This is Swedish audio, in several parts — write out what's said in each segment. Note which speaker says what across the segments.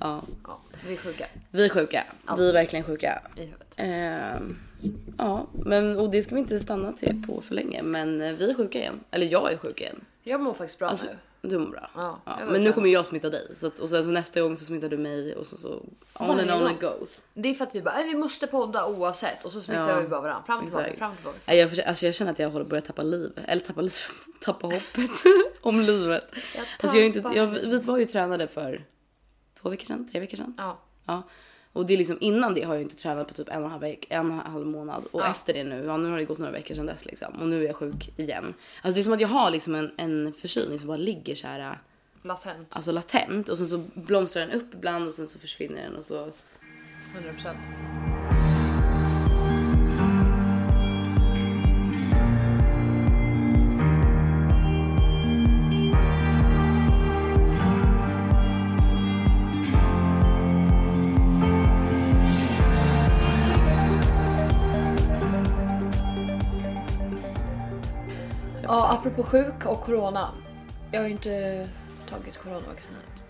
Speaker 1: Ja.
Speaker 2: Ja, vi är sjuka
Speaker 1: Vi är sjuka. Vi är verkligen sjuka.
Speaker 2: i huvudet.
Speaker 1: Ehm, ja, men och det ska vi inte stanna till på för länge. Men eh, vi är sjuka igen. Eller jag är sjuk igen.
Speaker 2: Jag mår faktiskt bra
Speaker 1: Alltså,
Speaker 2: nu.
Speaker 1: du mår bra.
Speaker 2: Ja, jag mår
Speaker 1: men nu
Speaker 2: bra.
Speaker 1: kommer jag smitta dig. Så att, och sen så nästa gång så smittar du mig och så, så on and
Speaker 2: Varje
Speaker 1: on
Speaker 2: gång.
Speaker 1: it goes.
Speaker 2: Det är för att vi bara, "Nej, vi måste podda oavsett och så smittar
Speaker 1: Ja,
Speaker 2: vi bara varandra. Fram och tillbaka,
Speaker 1: exakt.
Speaker 2: fram och tillbaka.
Speaker 1: Nej, Jag, försöker, alltså jag känner att jag håller på att tappa liv. Eller tappa livet. Tappa hoppet om livet.
Speaker 2: Jag
Speaker 1: Alltså jag är inte,
Speaker 2: tappar
Speaker 1: jag, vi var ju tränade för två veckor sedan, tre veckor sedan.
Speaker 2: Ja.
Speaker 1: Ja. Och det är liksom innan det har jag inte tränat på typ en och en halv, veck, en och en halv månad och
Speaker 2: Ja.
Speaker 1: efter det nu, ja, nu har det gått några veckor sedan dess liksom och nu är jag sjuk igen. Alltså det är som att jag har liksom en, en förkylning som bara ligger så här
Speaker 2: Latent.
Speaker 1: alltså latent och sen så blomstrar den upp ibland och sen så försvinner den och så
Speaker 2: 100%. Ja, apropå sjuk och corona. Jag har ju inte tagit coronavaccinet.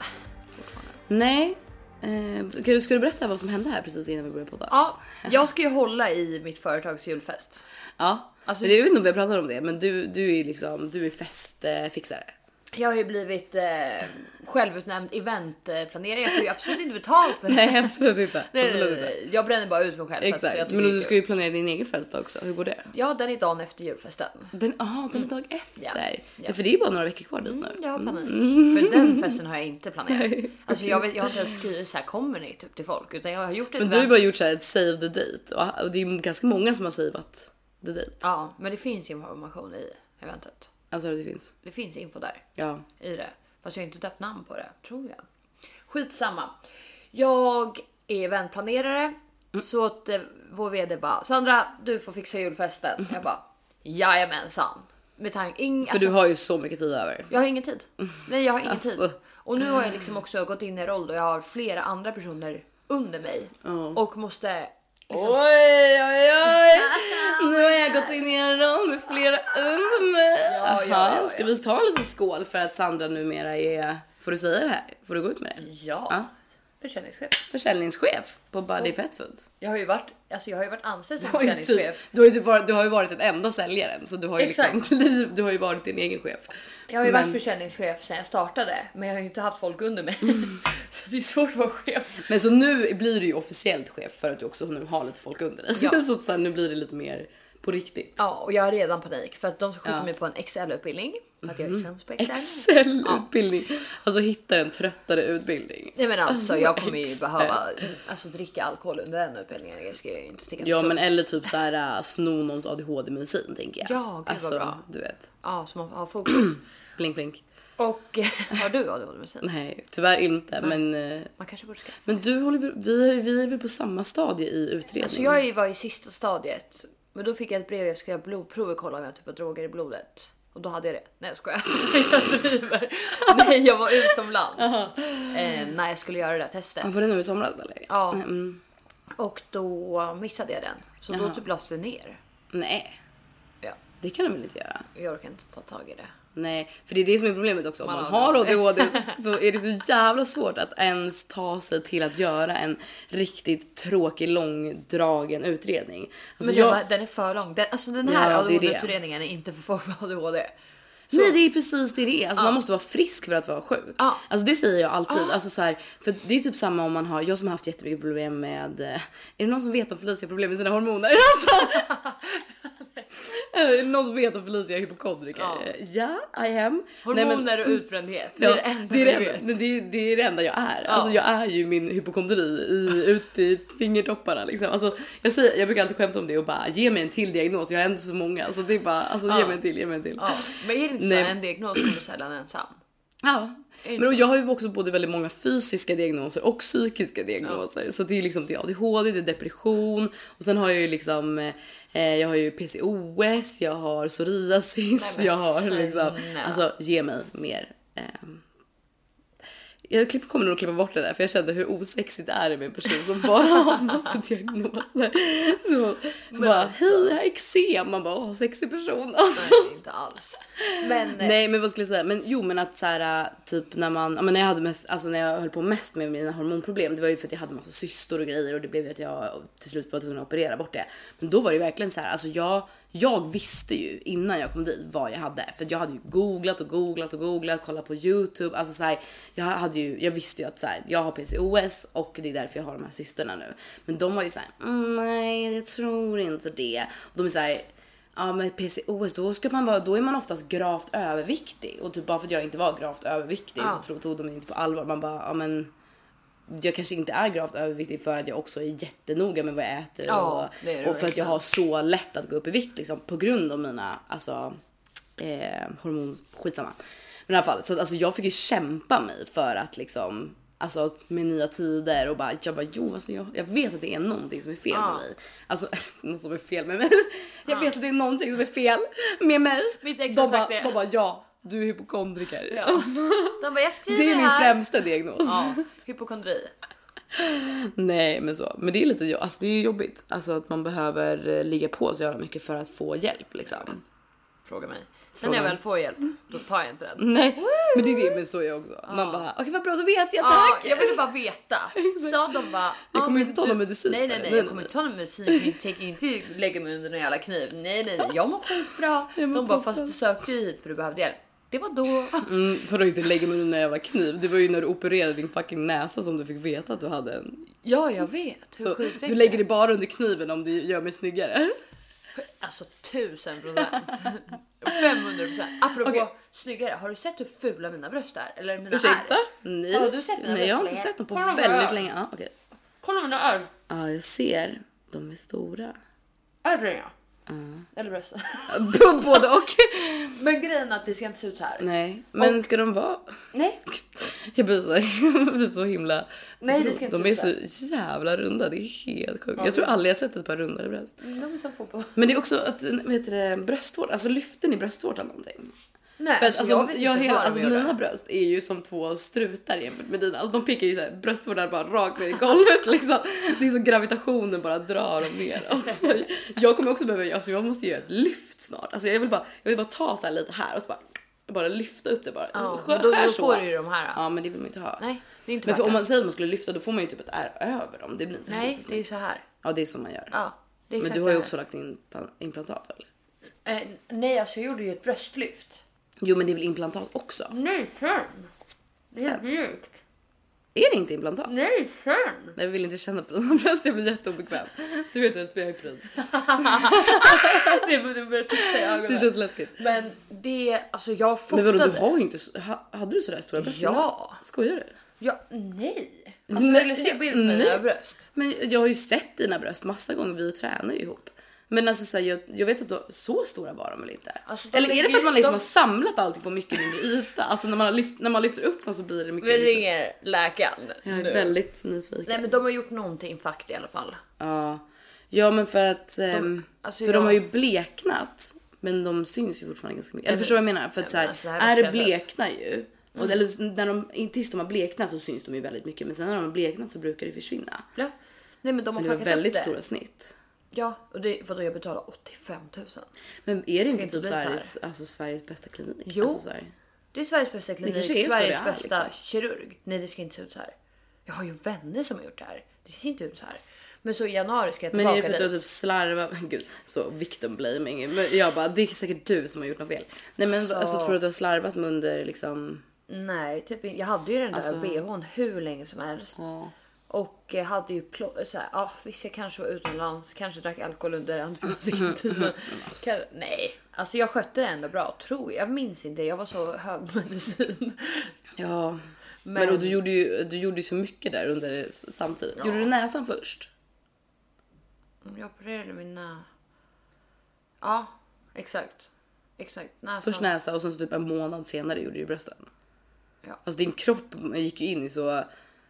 Speaker 1: nej. Eh, ska, du, ska du berätta vad som hände här precis innan vi började podda?
Speaker 2: Ja, jag ska ju hålla i mitt företags julfest.
Speaker 1: Ja,
Speaker 2: Alltså-
Speaker 1: men det- jag vet inte om vi har pratat om det, men du, du är liksom du är festfixare.
Speaker 2: Jag har ju blivit eh, självutnämnd eventplanerare. Jag får ju absolut inte betalt för det.
Speaker 1: Nej, absolut inte.
Speaker 2: Nej,
Speaker 1: absolut
Speaker 2: nej,
Speaker 1: inte.
Speaker 2: nej. Jag bränner bara ut mig själv. så att jag
Speaker 1: Exakt,
Speaker 2: tycker
Speaker 1: men
Speaker 2: det är
Speaker 1: du ska
Speaker 2: kul.
Speaker 1: ju planera din egen födelsedag också. Hur går det?
Speaker 2: Ja, den är dagen efter julfesten.
Speaker 1: Den, aha, den är dag efter.
Speaker 2: Mm. Ja. Mm,
Speaker 1: Ja. för det är ju bara några veckor kvar dit nu.
Speaker 2: Jag har panik.
Speaker 1: Mm.
Speaker 2: För den festen har jag inte planerat. Alltså jag, vet, jag har inte ens skrivit så här kommer ni typ till folk utan jag har gjort ett
Speaker 1: Men du har ju bara gjort så här ett save the date och- och det är ganska många som har saveat the date.
Speaker 2: Ja, men det finns information i eventet.
Speaker 1: Alltså det finns.
Speaker 2: Det finns info där
Speaker 1: Ja,
Speaker 2: i det. Fast jag har inte döpt namn på det, tror jag. Skitsamma. Jag är eventplanerare.
Speaker 1: Mm.
Speaker 2: Så att eh, vår VD bara Sandra, du får fixa julfesten. Jag bara jajamensan. Med tanke, ing,
Speaker 1: för
Speaker 2: alltså,
Speaker 1: du har ju så mycket tid över.
Speaker 2: Jag har ingen tid. Nej, jag har ingen
Speaker 1: Alltså.
Speaker 2: tid. Och nu har jag liksom också gått in i en roll då jag har flera andra personer under mig och måste liksom,
Speaker 1: Oj, oj, oj! Nu har jag gått in i en roll med flera under mig.
Speaker 2: Ja, ja,
Speaker 1: Aha,
Speaker 2: ja,
Speaker 1: Ska
Speaker 2: ja.
Speaker 1: vi ta en liten skål för att Sandra numera är, får du säga det här? Får du gå ut med det?
Speaker 2: ja,
Speaker 1: Ja.
Speaker 2: försäljningschef.
Speaker 1: Försäljningschef på Buddy Pet Foods.
Speaker 2: Jag har ju varit, alltså jag har ju varit anställd som
Speaker 1: Du har ju, typ,
Speaker 2: försäljningschef.
Speaker 1: du har ju, typ varit, du har ju varit den enda säljaren så du har ju, liksom,
Speaker 2: Exakt.
Speaker 1: liv- du har ju varit din egen chef.
Speaker 2: Jag har ju
Speaker 1: Men-
Speaker 2: varit försäljningschef sedan jag startade, men jag har ju inte haft folk under mig så det är svårt att vara chef.
Speaker 1: Men så nu blir du ju officiellt chef för att du också nu har lite folk under dig.
Speaker 2: Ja.
Speaker 1: så att sen, nu blir det lite mer på riktigt.
Speaker 2: Ja, och jag har redan panik för att de skickar
Speaker 1: Ja.
Speaker 2: mig på en XL utbildning för att jag är sämst på XL.
Speaker 1: Excel utbildning. Alltså hitta en tröttare utbildning.
Speaker 2: Nej men alltså jag kommer ju
Speaker 1: Excel.
Speaker 2: behöva alltså, dricka alkohol under den utbildningen. Jag ska ju inte sticka
Speaker 1: Ja
Speaker 2: under
Speaker 1: men eller typ så här äh, sno någons ADHD medicin tänker jag.
Speaker 2: Ja, gud vad
Speaker 1: alltså,
Speaker 2: bra.
Speaker 1: Du vet.
Speaker 2: Ja, så man har fokus.
Speaker 1: Blink blink.
Speaker 2: Och har du ADHD-medicin?
Speaker 1: Nej tyvärr inte men, eh,
Speaker 2: Man kanske borde skaffa.
Speaker 1: men du håller väl- vi, vi är väl på samma stadie i utredning.
Speaker 2: Alltså jag är ju- var i sista stadiet, men då fick jag ett brev jag skulle göra blodprover och kolla om jag typ har droger i blodet. Och då hade jag det. Nej jag skojar. jag driver. Nej jag var utomlands. eh, när jag skulle göra det där testet.
Speaker 1: Ja, Var det nu i somras eller?
Speaker 2: Ja.
Speaker 1: Nej, Mm,
Speaker 2: Och då missade jag den. Så då
Speaker 1: Jaha.
Speaker 2: typ lades det ner.
Speaker 1: nej
Speaker 2: Ja,
Speaker 1: det kan du väl inte göra?
Speaker 2: jag orkar inte ta tag i det.
Speaker 1: Nej, för det är det som är problemet också. Om man,
Speaker 2: Man
Speaker 1: har
Speaker 2: har
Speaker 1: ADHD så- så är det så jävla svårt att ens ta sig till att göra en riktigt tråkig långdragen utredning. Alltså
Speaker 2: Men
Speaker 1: jag,
Speaker 2: den, var, den är för lång. Den, alltså den här
Speaker 1: Ja, det är det.
Speaker 2: ADHD-utredningen är inte för folk med ADHD.
Speaker 1: nej, det är precis det det är. Alltså, Man måste vara frisk för att vara sjuk.
Speaker 2: Ja.
Speaker 1: Alltså, det säger jag alltid. Alltså, så här, för det är typ samma om man har, jag som har haft jättemycket problem med, eh, är det någon som vet om Felicia har problem med sina hormoner? Alltså, är det någon som vet om Felicia är hypokondriker?
Speaker 2: Ja.
Speaker 1: Eh, Ja, I am. Nej,
Speaker 2: Hormoner
Speaker 1: men-
Speaker 2: och utbrändhet.
Speaker 1: Ja,
Speaker 2: det är det enda
Speaker 1: det, är
Speaker 2: vi
Speaker 1: det,
Speaker 2: vet.
Speaker 1: enda, men det, är- det är det enda jag är. Alltså, jag är ju min hypokondri i, ut i fingertopparna. Liksom. Alltså, jag, säger, jag brukar alltid skämta om det och bara ge mig en till diagnos. Jag har ändå så många. Så det är bara alltså, ge
Speaker 2: Ja.
Speaker 1: mig en till, ge mig en till.
Speaker 2: Ja, men är det inte
Speaker 1: Nej.
Speaker 2: så en diagnos kommer du sällan ensam?
Speaker 1: Ja. Men och jag har ju också både väldigt många fysiska diagnoser och psykiska diagnoser. Så det är liksom det är ADHD, det är depression och sen har jag ju liksom eh, jag har ju PCOS, jag har psoriasis,
Speaker 2: men
Speaker 1: jag har liksom
Speaker 2: snälla.
Speaker 1: alltså ge mig mer. ehm, Jag klipp- kommer nog att klippa bort det där för jag kände hur osexigt det är med en person som bara har massa diagnoser. Så, bara,
Speaker 2: alltså.
Speaker 1: hej jag har eksem. Man bara åh sexig person. Alltså.
Speaker 2: Nej, inte alls. Men eh,
Speaker 1: Nej men vad skulle jag säga? Men jo men att så här, äh, typ när man, ja, men när jag hade mest, alltså när jag höll på mest med mina hormonproblem. Det var ju för att jag hade massa cystor och grejer och det blev ju att jag till slut var tvungen att operera bort det. Men då var det ju verkligen så här, alltså jag, jag visste ju innan jag kom dit vad jag hade. För att jag hade ju googlat och googlat och googlat, kollat på YouTube. Alltså så här, jag, hade ju, jag visste ju att så här, jag har PCOS och det är därför jag har de här cysterna nu. Men de var ju så här, mm, nej jag tror inte det. Och de är så här, Ja men PCOS då ska man vara, då är man oftast gravt överviktig och typ bara för att jag inte var gravt överviktig
Speaker 2: Ja.
Speaker 1: så tro, tog de mig inte på allvar. Man bara ja men jag kanske inte är gravt överviktig för att jag också är jättenoga med vad jag äter
Speaker 2: Ja,
Speaker 1: och,
Speaker 2: det är det
Speaker 1: och för att jag
Speaker 2: verkligen.
Speaker 1: har så lätt att gå upp i vikt liksom på grund av mina alltså eh, hormon, skitsamma. Men i alla fall så att, alltså jag fick ju kämpa mig för att liksom Alltså med nya tider och bara jag bara jo alltså jag, jag vet att det är någonting som är fel
Speaker 2: Ja.
Speaker 1: med mig. Alltså något som är fel med mig. Jag vet att det är någonting som är fel med mig.
Speaker 2: Mitt ex har
Speaker 1: de, bara,
Speaker 2: sagt det.
Speaker 1: de bara ja, du är hypokondriker.
Speaker 2: ja.
Speaker 1: Alltså,
Speaker 2: De bara, jag skriver
Speaker 1: det är min
Speaker 2: här.
Speaker 1: främsta diagnos.
Speaker 2: Ja, hypokondri.
Speaker 1: Nej men så. Men det är lite jo- alltså, det är ju jobbigt. Alltså att man behöver eh, ligga på så jävla mycket för att få hjälp liksom.
Speaker 2: Fråga mig. Sen
Speaker 1: Fråga Mm,
Speaker 2: när jag
Speaker 1: mig.
Speaker 2: väl får hjälp, då tar jag inte den.
Speaker 1: Nej men det är det men så är jag också. Man bara okej vad bra då vet jag
Speaker 2: Ja,
Speaker 1: tack.
Speaker 2: jag ville bara veta. Sa de bara...
Speaker 1: Jag
Speaker 2: ah,
Speaker 1: kommer
Speaker 2: men
Speaker 1: inte ta
Speaker 2: du-
Speaker 1: någon medicin
Speaker 2: Nej, nej,
Speaker 1: för det.
Speaker 2: nej,
Speaker 1: Nej,
Speaker 2: jag
Speaker 1: nej,
Speaker 2: kommer
Speaker 1: nej.
Speaker 2: inte ta någon medicin. Jag tänker inte lägga mig under någon jävla kniv. Nej, nej, nej, jag mår skitbra.
Speaker 1: Jag mår
Speaker 2: De bara,
Speaker 1: toppen.
Speaker 2: fast du sökte ju hit för du behövde hjälp. Det var då.
Speaker 1: Mm, för att inte lägga mig under en jävla kniv. Det var ju när du opererade din fucking näsa som du fick veta att du hade en.
Speaker 2: Ja, jag vet. Hur
Speaker 1: Så
Speaker 2: sjukt är
Speaker 1: du lägger dig bara under kniven om det gör mig snyggare.
Speaker 2: Alltså tusen procent. 500 procent. Apropå
Speaker 1: Okej.
Speaker 2: snyggare, har du sett hur fula mina bröst är? Eller mina
Speaker 1: Ursäkta?
Speaker 2: är?
Speaker 1: Nej.
Speaker 2: Har du sett mina
Speaker 1: Nej jag har
Speaker 2: bröst
Speaker 1: inte
Speaker 2: länge?
Speaker 1: sett dem på
Speaker 2: Kolla vad
Speaker 1: väldigt
Speaker 2: jag-
Speaker 1: länge. Ja okej.
Speaker 2: Kolla mina ärr.
Speaker 1: Ja jag ser. De är stora.
Speaker 2: Ärren ja. Eller brösten.
Speaker 1: Både och.
Speaker 2: Men grejen är att det ska inte se ut så här.
Speaker 1: Nej men ska de vara?
Speaker 2: Nej.
Speaker 1: Jag blir så, jag blir så himla...
Speaker 2: Nej, det ska inte
Speaker 1: de är
Speaker 2: sluta.
Speaker 1: så jävla runda, det är helt sjukt. Jag tror aldrig jag sett ett par rundare bröst.
Speaker 2: Mm, De är som fotboll.
Speaker 1: Men det är också att, vad heter det, bröstvård, alltså lyfter ni bröstvårtan någonting?
Speaker 2: Nej,
Speaker 1: För att, alltså, jag
Speaker 2: vet
Speaker 1: jag
Speaker 2: inte
Speaker 1: hela,
Speaker 2: vad de
Speaker 1: alltså,
Speaker 2: gör där.
Speaker 1: mina bröst är ju som två strutar jämfört med dina. Alltså, de pickar ju så här, bröstvårdan bara rakt ner i golvet liksom. Det är som gravitationen bara drar dem ner. Alltså, jag kommer också behöva, alltså, jag måste göra ett lyft snart. Alltså, jag, vill bara, jag vill bara ta så här lite här och så bara, bara lyfta upp det bara.
Speaker 2: Ja,
Speaker 1: Skär-
Speaker 2: men då,
Speaker 1: skär
Speaker 2: då
Speaker 1: så.
Speaker 2: får du ju de här.
Speaker 1: Ja men det vill man ju inte ha.
Speaker 2: Nej, det är inte
Speaker 1: Men för
Speaker 2: värt
Speaker 1: om
Speaker 2: det.
Speaker 1: man säger att man skulle lyfta då får man ju typ ett R över dem. Det blir inte heller
Speaker 2: Nej, det är ju
Speaker 1: snyggt.
Speaker 2: så här.
Speaker 1: Ja det är så man gör.
Speaker 2: Ja, det är
Speaker 1: men
Speaker 2: exakt
Speaker 1: du har ju
Speaker 2: det
Speaker 1: också lagt in pa- implantat eller?
Speaker 2: här. Eh, nej, alltså jag gjorde ju ett bröstlyft.
Speaker 1: Jo men det är väl implantat också?
Speaker 2: Nej, sen. Det
Speaker 1: är helt
Speaker 2: mjukt.
Speaker 1: Är det inte implantat?
Speaker 2: Nej, sen.
Speaker 1: Nej, jag vill inte känna på dina bröst, jag blir jätteobekväm. Du vet att jag är pryd.
Speaker 2: det börjar titta i
Speaker 1: Det
Speaker 2: ögonen.
Speaker 1: känns läskigt.
Speaker 2: Men det, alltså jag
Speaker 1: Men vadå,
Speaker 2: fotade.
Speaker 1: du har ju inte, så- ha, hade du sådär stora bröst?
Speaker 2: Ja.
Speaker 1: innan? Skojar du?
Speaker 2: Ja, nej. Alltså,
Speaker 1: Nej,
Speaker 2: vill du se bild på
Speaker 1: nej.
Speaker 2: mina bröst?
Speaker 1: Men jag har ju sett dina bröst massa gånger, vi tränar ju ihop. Men alltså så här, jag, jag vet att du, så stora var de väl inte?
Speaker 2: Alltså, de
Speaker 1: Eller är det för
Speaker 2: ligger-
Speaker 1: att man liksom
Speaker 2: de-
Speaker 1: har samlat allting på mycket mindre yta? Alltså när man, har lyft, när man lyfter upp dem så blir det mycket...
Speaker 2: Vi
Speaker 1: liksom-
Speaker 2: ringer läkaren
Speaker 1: Jag är
Speaker 2: nu.
Speaker 1: väldigt nyfiken.
Speaker 2: Nej men de har gjort någonting infarkt i alla fall.
Speaker 1: Ja. ja men för att ehm,
Speaker 2: alltså
Speaker 1: för
Speaker 2: jag-
Speaker 1: de har ju bleknat men de syns ju fortfarande ganska mycket. Eller förstår du vad jag menar? För att så
Speaker 2: men
Speaker 1: här,
Speaker 2: alltså, det här var Mm.
Speaker 1: är
Speaker 2: så jävla-
Speaker 1: bleknar ju. Och, eller när de, in- tills de har bleknat så syns de ju väldigt mycket men sen när de har bleknat så brukar det försvinna.
Speaker 2: Ja. Nej men de
Speaker 1: Men
Speaker 2: har
Speaker 1: det var
Speaker 2: fuckat upp
Speaker 1: väldigt
Speaker 2: det.
Speaker 1: stora snitt.
Speaker 2: Ja och det, vadå jag betalar 85 000.
Speaker 1: Men är det inte
Speaker 2: inte
Speaker 1: typ
Speaker 2: bli
Speaker 1: så här,
Speaker 2: så
Speaker 1: alltså Sveriges bästa klinik?
Speaker 2: Jo.
Speaker 1: Alltså, så här.
Speaker 2: Det är Sveriges bästa klinik,
Speaker 1: kanske är så
Speaker 2: Sveriges
Speaker 1: det är,
Speaker 2: bästa
Speaker 1: liksom.
Speaker 2: kirurg. Nej det ska inte se ut så här. Jag har ju vänner som har gjort det här. Det ser inte ut så här. Men så i januari ska jag
Speaker 1: Men
Speaker 2: tillbaka
Speaker 1: är det för att du
Speaker 2: dit.
Speaker 1: har typ slarvat? Gud, så victim blaming. Men jag bara, det är säkert du som har gjort något fel. Nej men
Speaker 2: Så-
Speaker 1: alltså tror du att du har slarvat med under liksom?
Speaker 2: Nej, typ, in- jag hade ju den där
Speaker 1: Alltså-
Speaker 2: bhn hur länge som helst. Och eh, hade ju plo- så här, ja, visst jag kanske var utomlands, kanske drack alkohol under antibiotikatiden. Kan- Nej, alltså jag skötte det ändå bra tror jag. Jag minns inte, jag var så hög på medicin.
Speaker 1: Ja, men,
Speaker 2: Men-
Speaker 1: och du gjorde ju du gjorde ju så mycket där under s- samtidigt. Gjorde du näsan först?
Speaker 2: Mm, Jag opererade mina... Ja, exakt. Exakt. Näsan.
Speaker 1: Först näsa och sen så typ en månad senare gjorde du brösten.
Speaker 2: Ja.
Speaker 1: Alltså din kropp gick ju in i så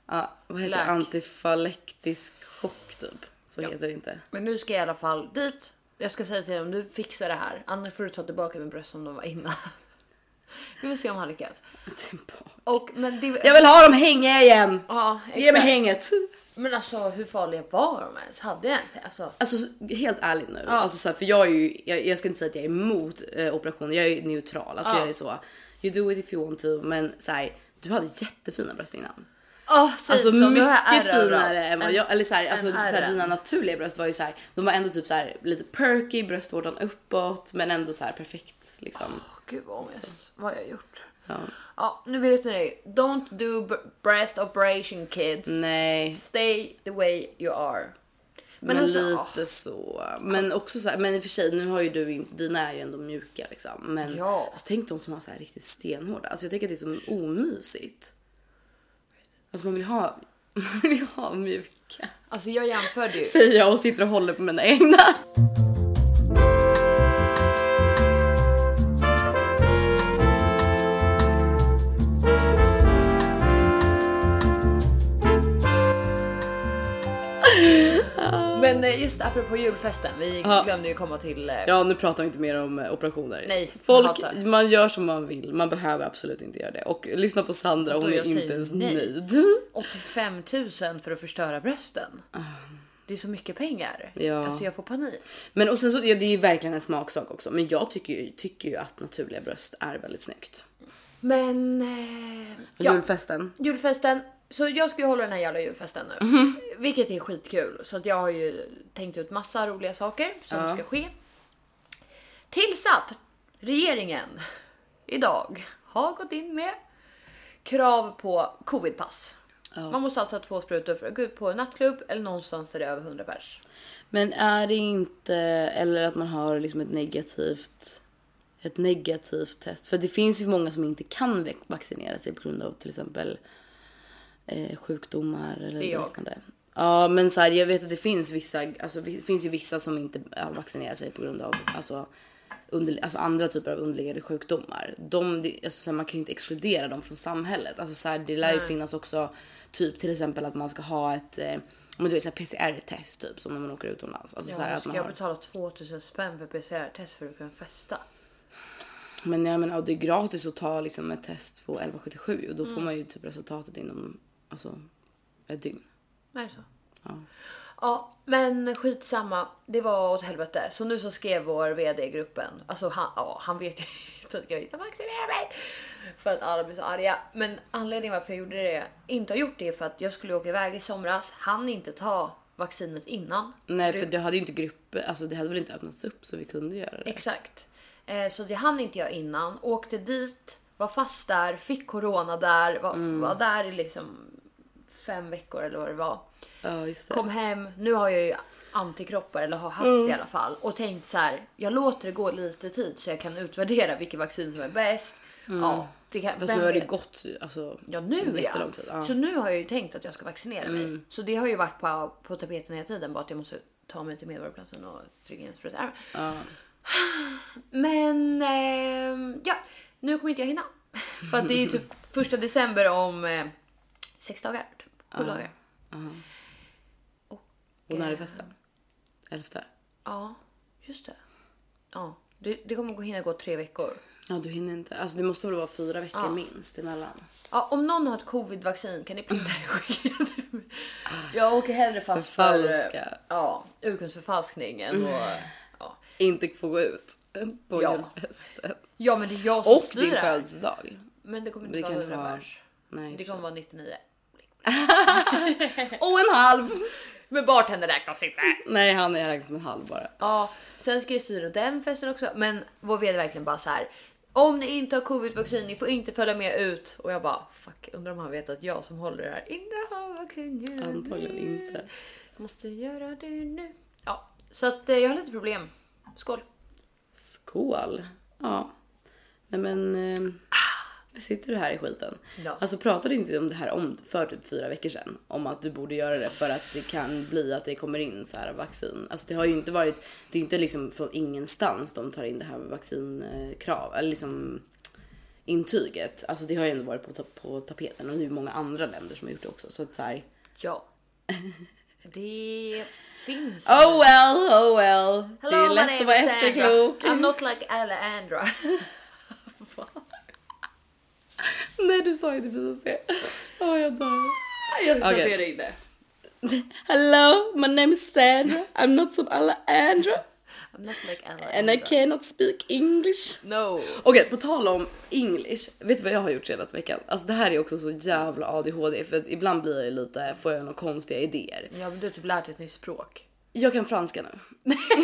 Speaker 1: ah, vad heter det?
Speaker 2: Läk.
Speaker 1: antifalektisk chock typ. Så heter det inte.
Speaker 2: Men nu ska jag i alla fall dit. Jag ska säga till dem, du fixar det här. Annars får du ta tillbaka min bröst som de var innan. Vi får se om han lyckas.
Speaker 1: Typ.
Speaker 2: Och, men det,
Speaker 1: Jag vill ha dem hängiga igen!
Speaker 2: ja,
Speaker 1: Ge mig
Speaker 2: exakt.
Speaker 1: hänget!
Speaker 2: Men alltså hur farliga var de ens? Hade jag ens? Alltså,
Speaker 1: Alltså helt ärligt nu, alltså, så här, för jag är ju, jag, jag ska inte säga att jag är emot eh, operationer, jag är neutral. Alltså,
Speaker 2: Ja.
Speaker 1: jag är så, you do it if you want to. Men så här, du hade jättefina bröst innan.
Speaker 2: oh,
Speaker 1: Alltså
Speaker 2: säg inte så, du har
Speaker 1: mycket
Speaker 2: ärr överallt.
Speaker 1: finare än vad
Speaker 2: En-
Speaker 1: jag, eller så här, alltså,
Speaker 2: en
Speaker 1: så här,
Speaker 2: ärr.
Speaker 1: dina naturliga bröst var ju så här, de var ändå typ så här, lite perky, bröstvårtan uppåt men ändå så här perfekt liksom.
Speaker 2: Åh, Gud vad ångest. Vad har jag gjort?
Speaker 1: Ja.
Speaker 2: Ja, nu vet ni det. Don't do b- breast operation kids.
Speaker 1: Nej,
Speaker 2: Stay the way you are.
Speaker 1: men,
Speaker 2: alltså,
Speaker 1: lite så. Men också så här, men i och för sig nu har ju du inte, dina är ju ändå mjuka liksom. Men
Speaker 2: Ja.
Speaker 1: alltså, tänk de som har så här riktigt stenhårda. Alltså jag tänker att det är så omysigt. Alltså man vill ha, man vill ju ha mjuka.
Speaker 2: åh, Alltså jag jämförde ju.
Speaker 1: Säger jag och sitter och håller på mina egna.
Speaker 2: Men eh, just apropå julfesten, vi
Speaker 1: Ja.
Speaker 2: glömde ju komma till... eh,
Speaker 1: Ja, nu pratar vi inte mer om eh, operationer.
Speaker 2: Nej,
Speaker 1: Folk,
Speaker 2: jag hatar.
Speaker 1: man gör som man vill. Man behöver absolut inte göra det. Och lyssna på Sandra, hon
Speaker 2: jag
Speaker 1: är inte
Speaker 2: säger
Speaker 1: ens
Speaker 2: nej.
Speaker 1: nöjd.
Speaker 2: 85 000 för att förstöra brösten. Det är så mycket pengar.
Speaker 1: Ja.
Speaker 2: Alltså jag får panik.
Speaker 1: Men och sen så, ja, det är ju verkligen en smaksak också. Men jag tycker ju, tycker ju att naturliga bröst är väldigt snyggt.
Speaker 2: Men... Eh, ja.
Speaker 1: Julfesten.
Speaker 2: Julfesten. Så jag ska ju hålla den här jävla julfesten nu.
Speaker 1: Mhm.
Speaker 2: Vilket är skitkul. Så att jag har ju tänkt ut massa roliga saker som ska ske. Tills att regeringen idag har gått in med krav på covidpass. Man måste alltså ha två sprutor för att gå ut på en nattklubb eller någonstans där det är över 100 pers.
Speaker 1: Men är det inte, eller att man har liksom ett negativt ett negativt test. För det finns ju många som inte kan vac- vaccinera sig på grund av till exempel eh, sjukdomar eller
Speaker 2: Det är jag.
Speaker 1: liknande. Ja, men så här, jag vet att det finns vissa, alltså vi- det finns ju vissa som inte eh, vaccinerar sig på grund av alltså, under, alltså andra typer av underliggande sjukdomar. De, det- alltså, så här, man kan ju inte exkludera dem från samhället. Alltså, så här, det lär ju finnas också typ till exempel att man ska ha ett eh, men du vet, så här PCR-test typ som när man åker utomlands. Alltså, så här,
Speaker 2: Ja,
Speaker 1: att
Speaker 2: ska
Speaker 1: man
Speaker 2: jag
Speaker 1: har...
Speaker 2: betala 2000 spänn för PCR-test för att kunna festa?
Speaker 1: Men jag menar, och det är gratis att ta liksom, ett test på 1177 och då
Speaker 2: Mm.
Speaker 1: får man ju typ resultatet inom alltså, ett dygn.
Speaker 2: Är det så? Ja, men skitsamma. Det var åt helvete. Så nu så skrev vår VD i gruppen, alltså han, ja, han vet ju inte att jag inte vaccinerar mig. För att alla blev så arga. Men anledningen varför jag gjorde det, inte har gjort det, är för att jag skulle åka iväg i somras. Han inte ta vaccinet innan.
Speaker 1: Nej, för det hade ju inte grupper, alltså det hade väl inte öppnats upp så vi kunde göra det.
Speaker 2: Exakt. Eh, så det hann inte jag innan. Åkte dit, var fast där, fick corona där, var, var där i liksom fem veckor eller vad det var.
Speaker 1: Ja, just det.
Speaker 2: kom hem, nu har jag ju antikroppar eller har haft
Speaker 1: Mm.
Speaker 2: det i alla fall och tänkt så här. Jag låter det gå lite tid så jag kan utvärdera vilket vaccin som är bäst. Ja, det kan,
Speaker 1: Mm. Fast
Speaker 2: vem
Speaker 1: nu har det
Speaker 2: vet?
Speaker 1: gått alltså.
Speaker 2: Ja nu ja.
Speaker 1: jättelång tid, ja. Mm.
Speaker 2: Så nu har jag ju tänkt att jag ska vaccinera mig. Så det har ju varit på, på tapeten hela tiden bara att jag måste ta mig till Medborgarplatsen och trycka in en spruta.
Speaker 1: Ja.
Speaker 2: Men ehm, ja, nu kommer inte jag hinna. För att det är ju typ första december om eh, sex dagar. Typ, sju dagar.
Speaker 1: Och när är festen? Elfte?
Speaker 2: Ja, just det. Ja, det, det kommer att hinna gå tre veckor.
Speaker 1: Ja, du hinner inte. Alltså det måste väl vara fyra veckor minst emellan.
Speaker 2: Ja, om någon har ett covid-vaccin kan ni printa det och skicka till mig? Jag åker hellre fast för eh,
Speaker 1: Förfalska. Mm.
Speaker 2: ja, urkundsförfalskning än att... Ja.
Speaker 1: Inte få gå ut på
Speaker 2: Ja.
Speaker 1: julfesten.
Speaker 2: ja, men det är jag som
Speaker 1: Och
Speaker 2: styr
Speaker 1: din
Speaker 2: det här.
Speaker 1: födelsedag.
Speaker 2: Men det kommer
Speaker 1: Det
Speaker 2: inte
Speaker 1: kan
Speaker 2: vara 100
Speaker 1: vara-
Speaker 2: pers.
Speaker 1: Nej.
Speaker 2: Det kommer vara 99.
Speaker 1: Och en halv!
Speaker 2: Men bartender räknas inte.
Speaker 1: Nej, han är räknas som en halv bara.
Speaker 2: Ja, sen ska jag styra den festen också. Men vår vd verkligen bara så här. Om ni inte har covid-vaccin, ni får inte följa med ut. Och jag bara fuck, undrar om han vet att jag som håller det här inte har vaccin. ännu.
Speaker 1: Antagligen inte.
Speaker 2: Måste göra det nu. Ja, så att eh, jag har lite problem. Skål.
Speaker 1: Skål! Ja. Nej men... Eh, nu sitter du här i skiten.
Speaker 2: Ja.
Speaker 1: Alltså pratade inte du om det här om för typ fyra veckor sedan? Om att du borde göra det för att det kan bli att det kommer in så här vaccin. Alltså det har ju inte varit... Det är ju inte liksom från ingenstans de tar in det här vaccinkrav. Eller liksom intyget. Alltså det har ju ändå varit på, ta- på tapeten. Och det är ju många andra länder som har gjort det också. Så att så här...
Speaker 2: Ja. Det finns.
Speaker 1: Oh well, oh well. det är lätt att vara
Speaker 2: Sandra.
Speaker 1: efterklok.
Speaker 2: I'm not like alla andra. Fan.
Speaker 1: Nej du sa inte precis det. Åh jag dör.
Speaker 2: Jag tror
Speaker 1: Okej.
Speaker 2: jag ringde.
Speaker 1: Hello my name is Sandra. I'm not some alla andra.
Speaker 2: I'm not like Anna.
Speaker 1: And I cannot speak English.
Speaker 2: No.
Speaker 1: Okej, på tal om English. Vet du vad jag har gjort senaste veckan? Alltså det här är också så jävla ADHD för att ibland blir jag ju lite, får jag några konstiga idéer.
Speaker 2: Ja, men du har typ lärt dig ett nytt språk.
Speaker 1: Jag kan franska nu.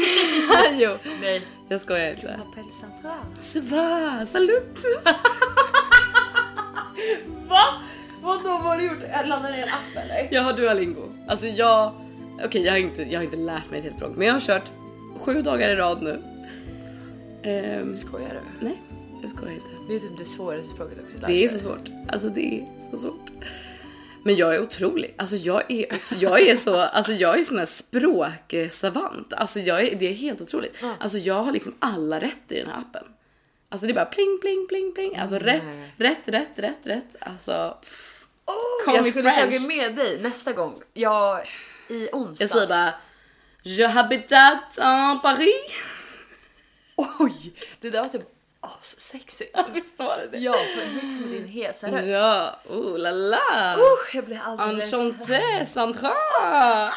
Speaker 1: jo,
Speaker 2: Nej.
Speaker 1: jag skojar inte.
Speaker 2: Appel central.
Speaker 1: Sva, salut!
Speaker 2: Va? Vadå, vad har du gjort? Landade i en app eller?
Speaker 1: Jag har Duolingo. Alltså jag, okej jag, har inte, jag har inte lärt mig ett helt språk men jag har kört sju dagar i rad nu. Ehm,
Speaker 2: Skojar du?
Speaker 1: nej, jag skojar inte.
Speaker 2: Det är typ det svåraste språket också.
Speaker 1: Det är så svårt. Alltså det är så svårt. Men jag är otrolig. Alltså jag är, ot- jag är så, alltså jag är sån här språksavant. Alltså jag är, det är helt otroligt. Alltså jag har liksom alla rätt i den här appen. Alltså det är bara pling, pling, pling, pling. Alltså rätt, rätt, rätt, rätt, rätt. Alltså pff. Call
Speaker 2: Oh,
Speaker 1: me
Speaker 2: jag skulle
Speaker 1: French.
Speaker 2: tagit med dig nästa gång. Jag i onsdags.
Speaker 1: jag säger bara Je habitat en Paris.
Speaker 2: Oj, det där var typ assexigt.
Speaker 1: Förstår du det?
Speaker 2: Ja, för mix med din hesa röst.
Speaker 1: Ja, oh la la.
Speaker 2: Usch, jag blir alldeles...
Speaker 1: Enchanté Sandra! Ah,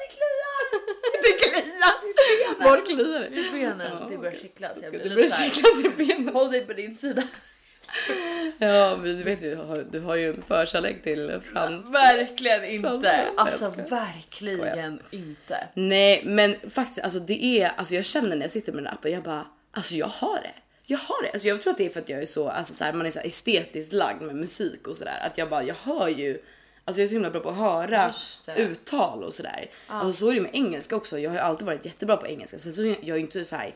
Speaker 1: Det kliar! Det kliar! Var kliar det?
Speaker 2: Benen, det börjar kittla så jag blir
Speaker 1: Det
Speaker 2: lite
Speaker 1: börjar
Speaker 2: såhär.
Speaker 1: kittlas i benen.
Speaker 2: Håll dig på din sida.
Speaker 1: Ja, men du vet ju, du har- du har ju en förkärlek till Frans.
Speaker 2: Verkligen
Speaker 1: Fan,
Speaker 2: inte.
Speaker 1: vad
Speaker 2: Alltså
Speaker 1: jag
Speaker 2: verkligen inte.
Speaker 1: Nej, men faktiskt alltså det är alltså jag känner när jag sitter med den här appen. Jag bara alltså jag har det. Jag har det. Alltså jag tror att det är för att jag är så alltså så här, man är så här estetiskt lagd med musik och så där att jag bara jag hör ju Alltså jag är så himla bra på att höra
Speaker 2: Just det.
Speaker 1: uttal och sådär. Alltså så är det med engelska också. Jag har ju alltid varit jättebra på engelska. Sen så är jag ju inte så här.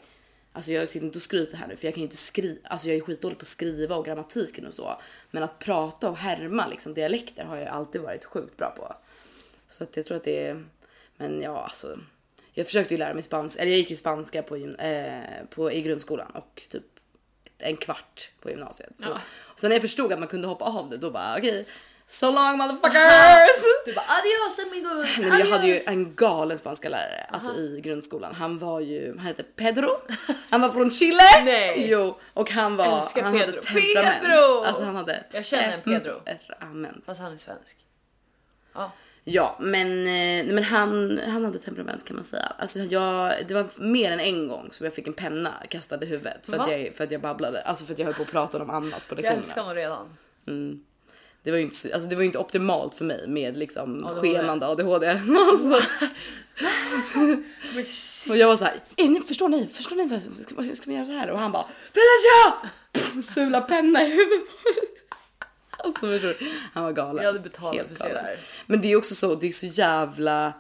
Speaker 1: Alltså jag sitter inte och skryter här nu för jag kan ju inte skriva. Alltså jag är skitdålig på att skriva och grammatiken och så. Men att prata och härma liksom dialekter har jag alltid varit sjukt bra på. Så att jag tror att det är... Men ja, alltså. Jag försökte ju lära mig spanska, eller jag gick ju spanska på, gym- eh, på, i grundskolan och typ en kvart på gymnasiet. Så. Och sen när jag förstod att man kunde hoppa av det, då bara okej. so long motherfuckers!
Speaker 2: Du bara adios amigos.
Speaker 1: Nej, men jag
Speaker 2: adios.
Speaker 1: hade ju en galen spanska lärare alltså i grundskolan. Han var ju, han hette Pedro. Han var från Chile.
Speaker 2: Nej.
Speaker 1: Jo, och han var,
Speaker 2: Älskar
Speaker 1: han hade
Speaker 2: Pedro.
Speaker 1: temperament.
Speaker 2: Pedro!
Speaker 1: Alltså han hade
Speaker 2: Jag känner en Pedro.
Speaker 1: temperament.
Speaker 2: Fast han är svensk. Ja.
Speaker 1: Ja, men, eh, nej, men han, han hade temperament kan man säga. Alltså jag, det var mer än en gång som jag fick en penna kastad i huvudet för att,
Speaker 2: Va?
Speaker 1: jag, för att jag babblade. Alltså för att jag höll på att prata om annat på
Speaker 2: Jag
Speaker 1: lektionerna.
Speaker 2: älskar honom redan.
Speaker 1: Det var ju inte, så- alltså det var ju inte optimalt för mig med liksom
Speaker 2: ADHD.
Speaker 1: skenande ADHD. Alltså.
Speaker 2: Men shit.
Speaker 1: Och jag var så här, är ni, förstår ni? Förstår ni vad som ska, vad ska man göra så här? Och han bara, Felicia! Pff, Sula penna i huvudet på mig. Alltså förstår du? Han var galen.
Speaker 2: Jag hade betalat
Speaker 1: Helt
Speaker 2: för att se det här.
Speaker 1: Men det är också så, det är så jävla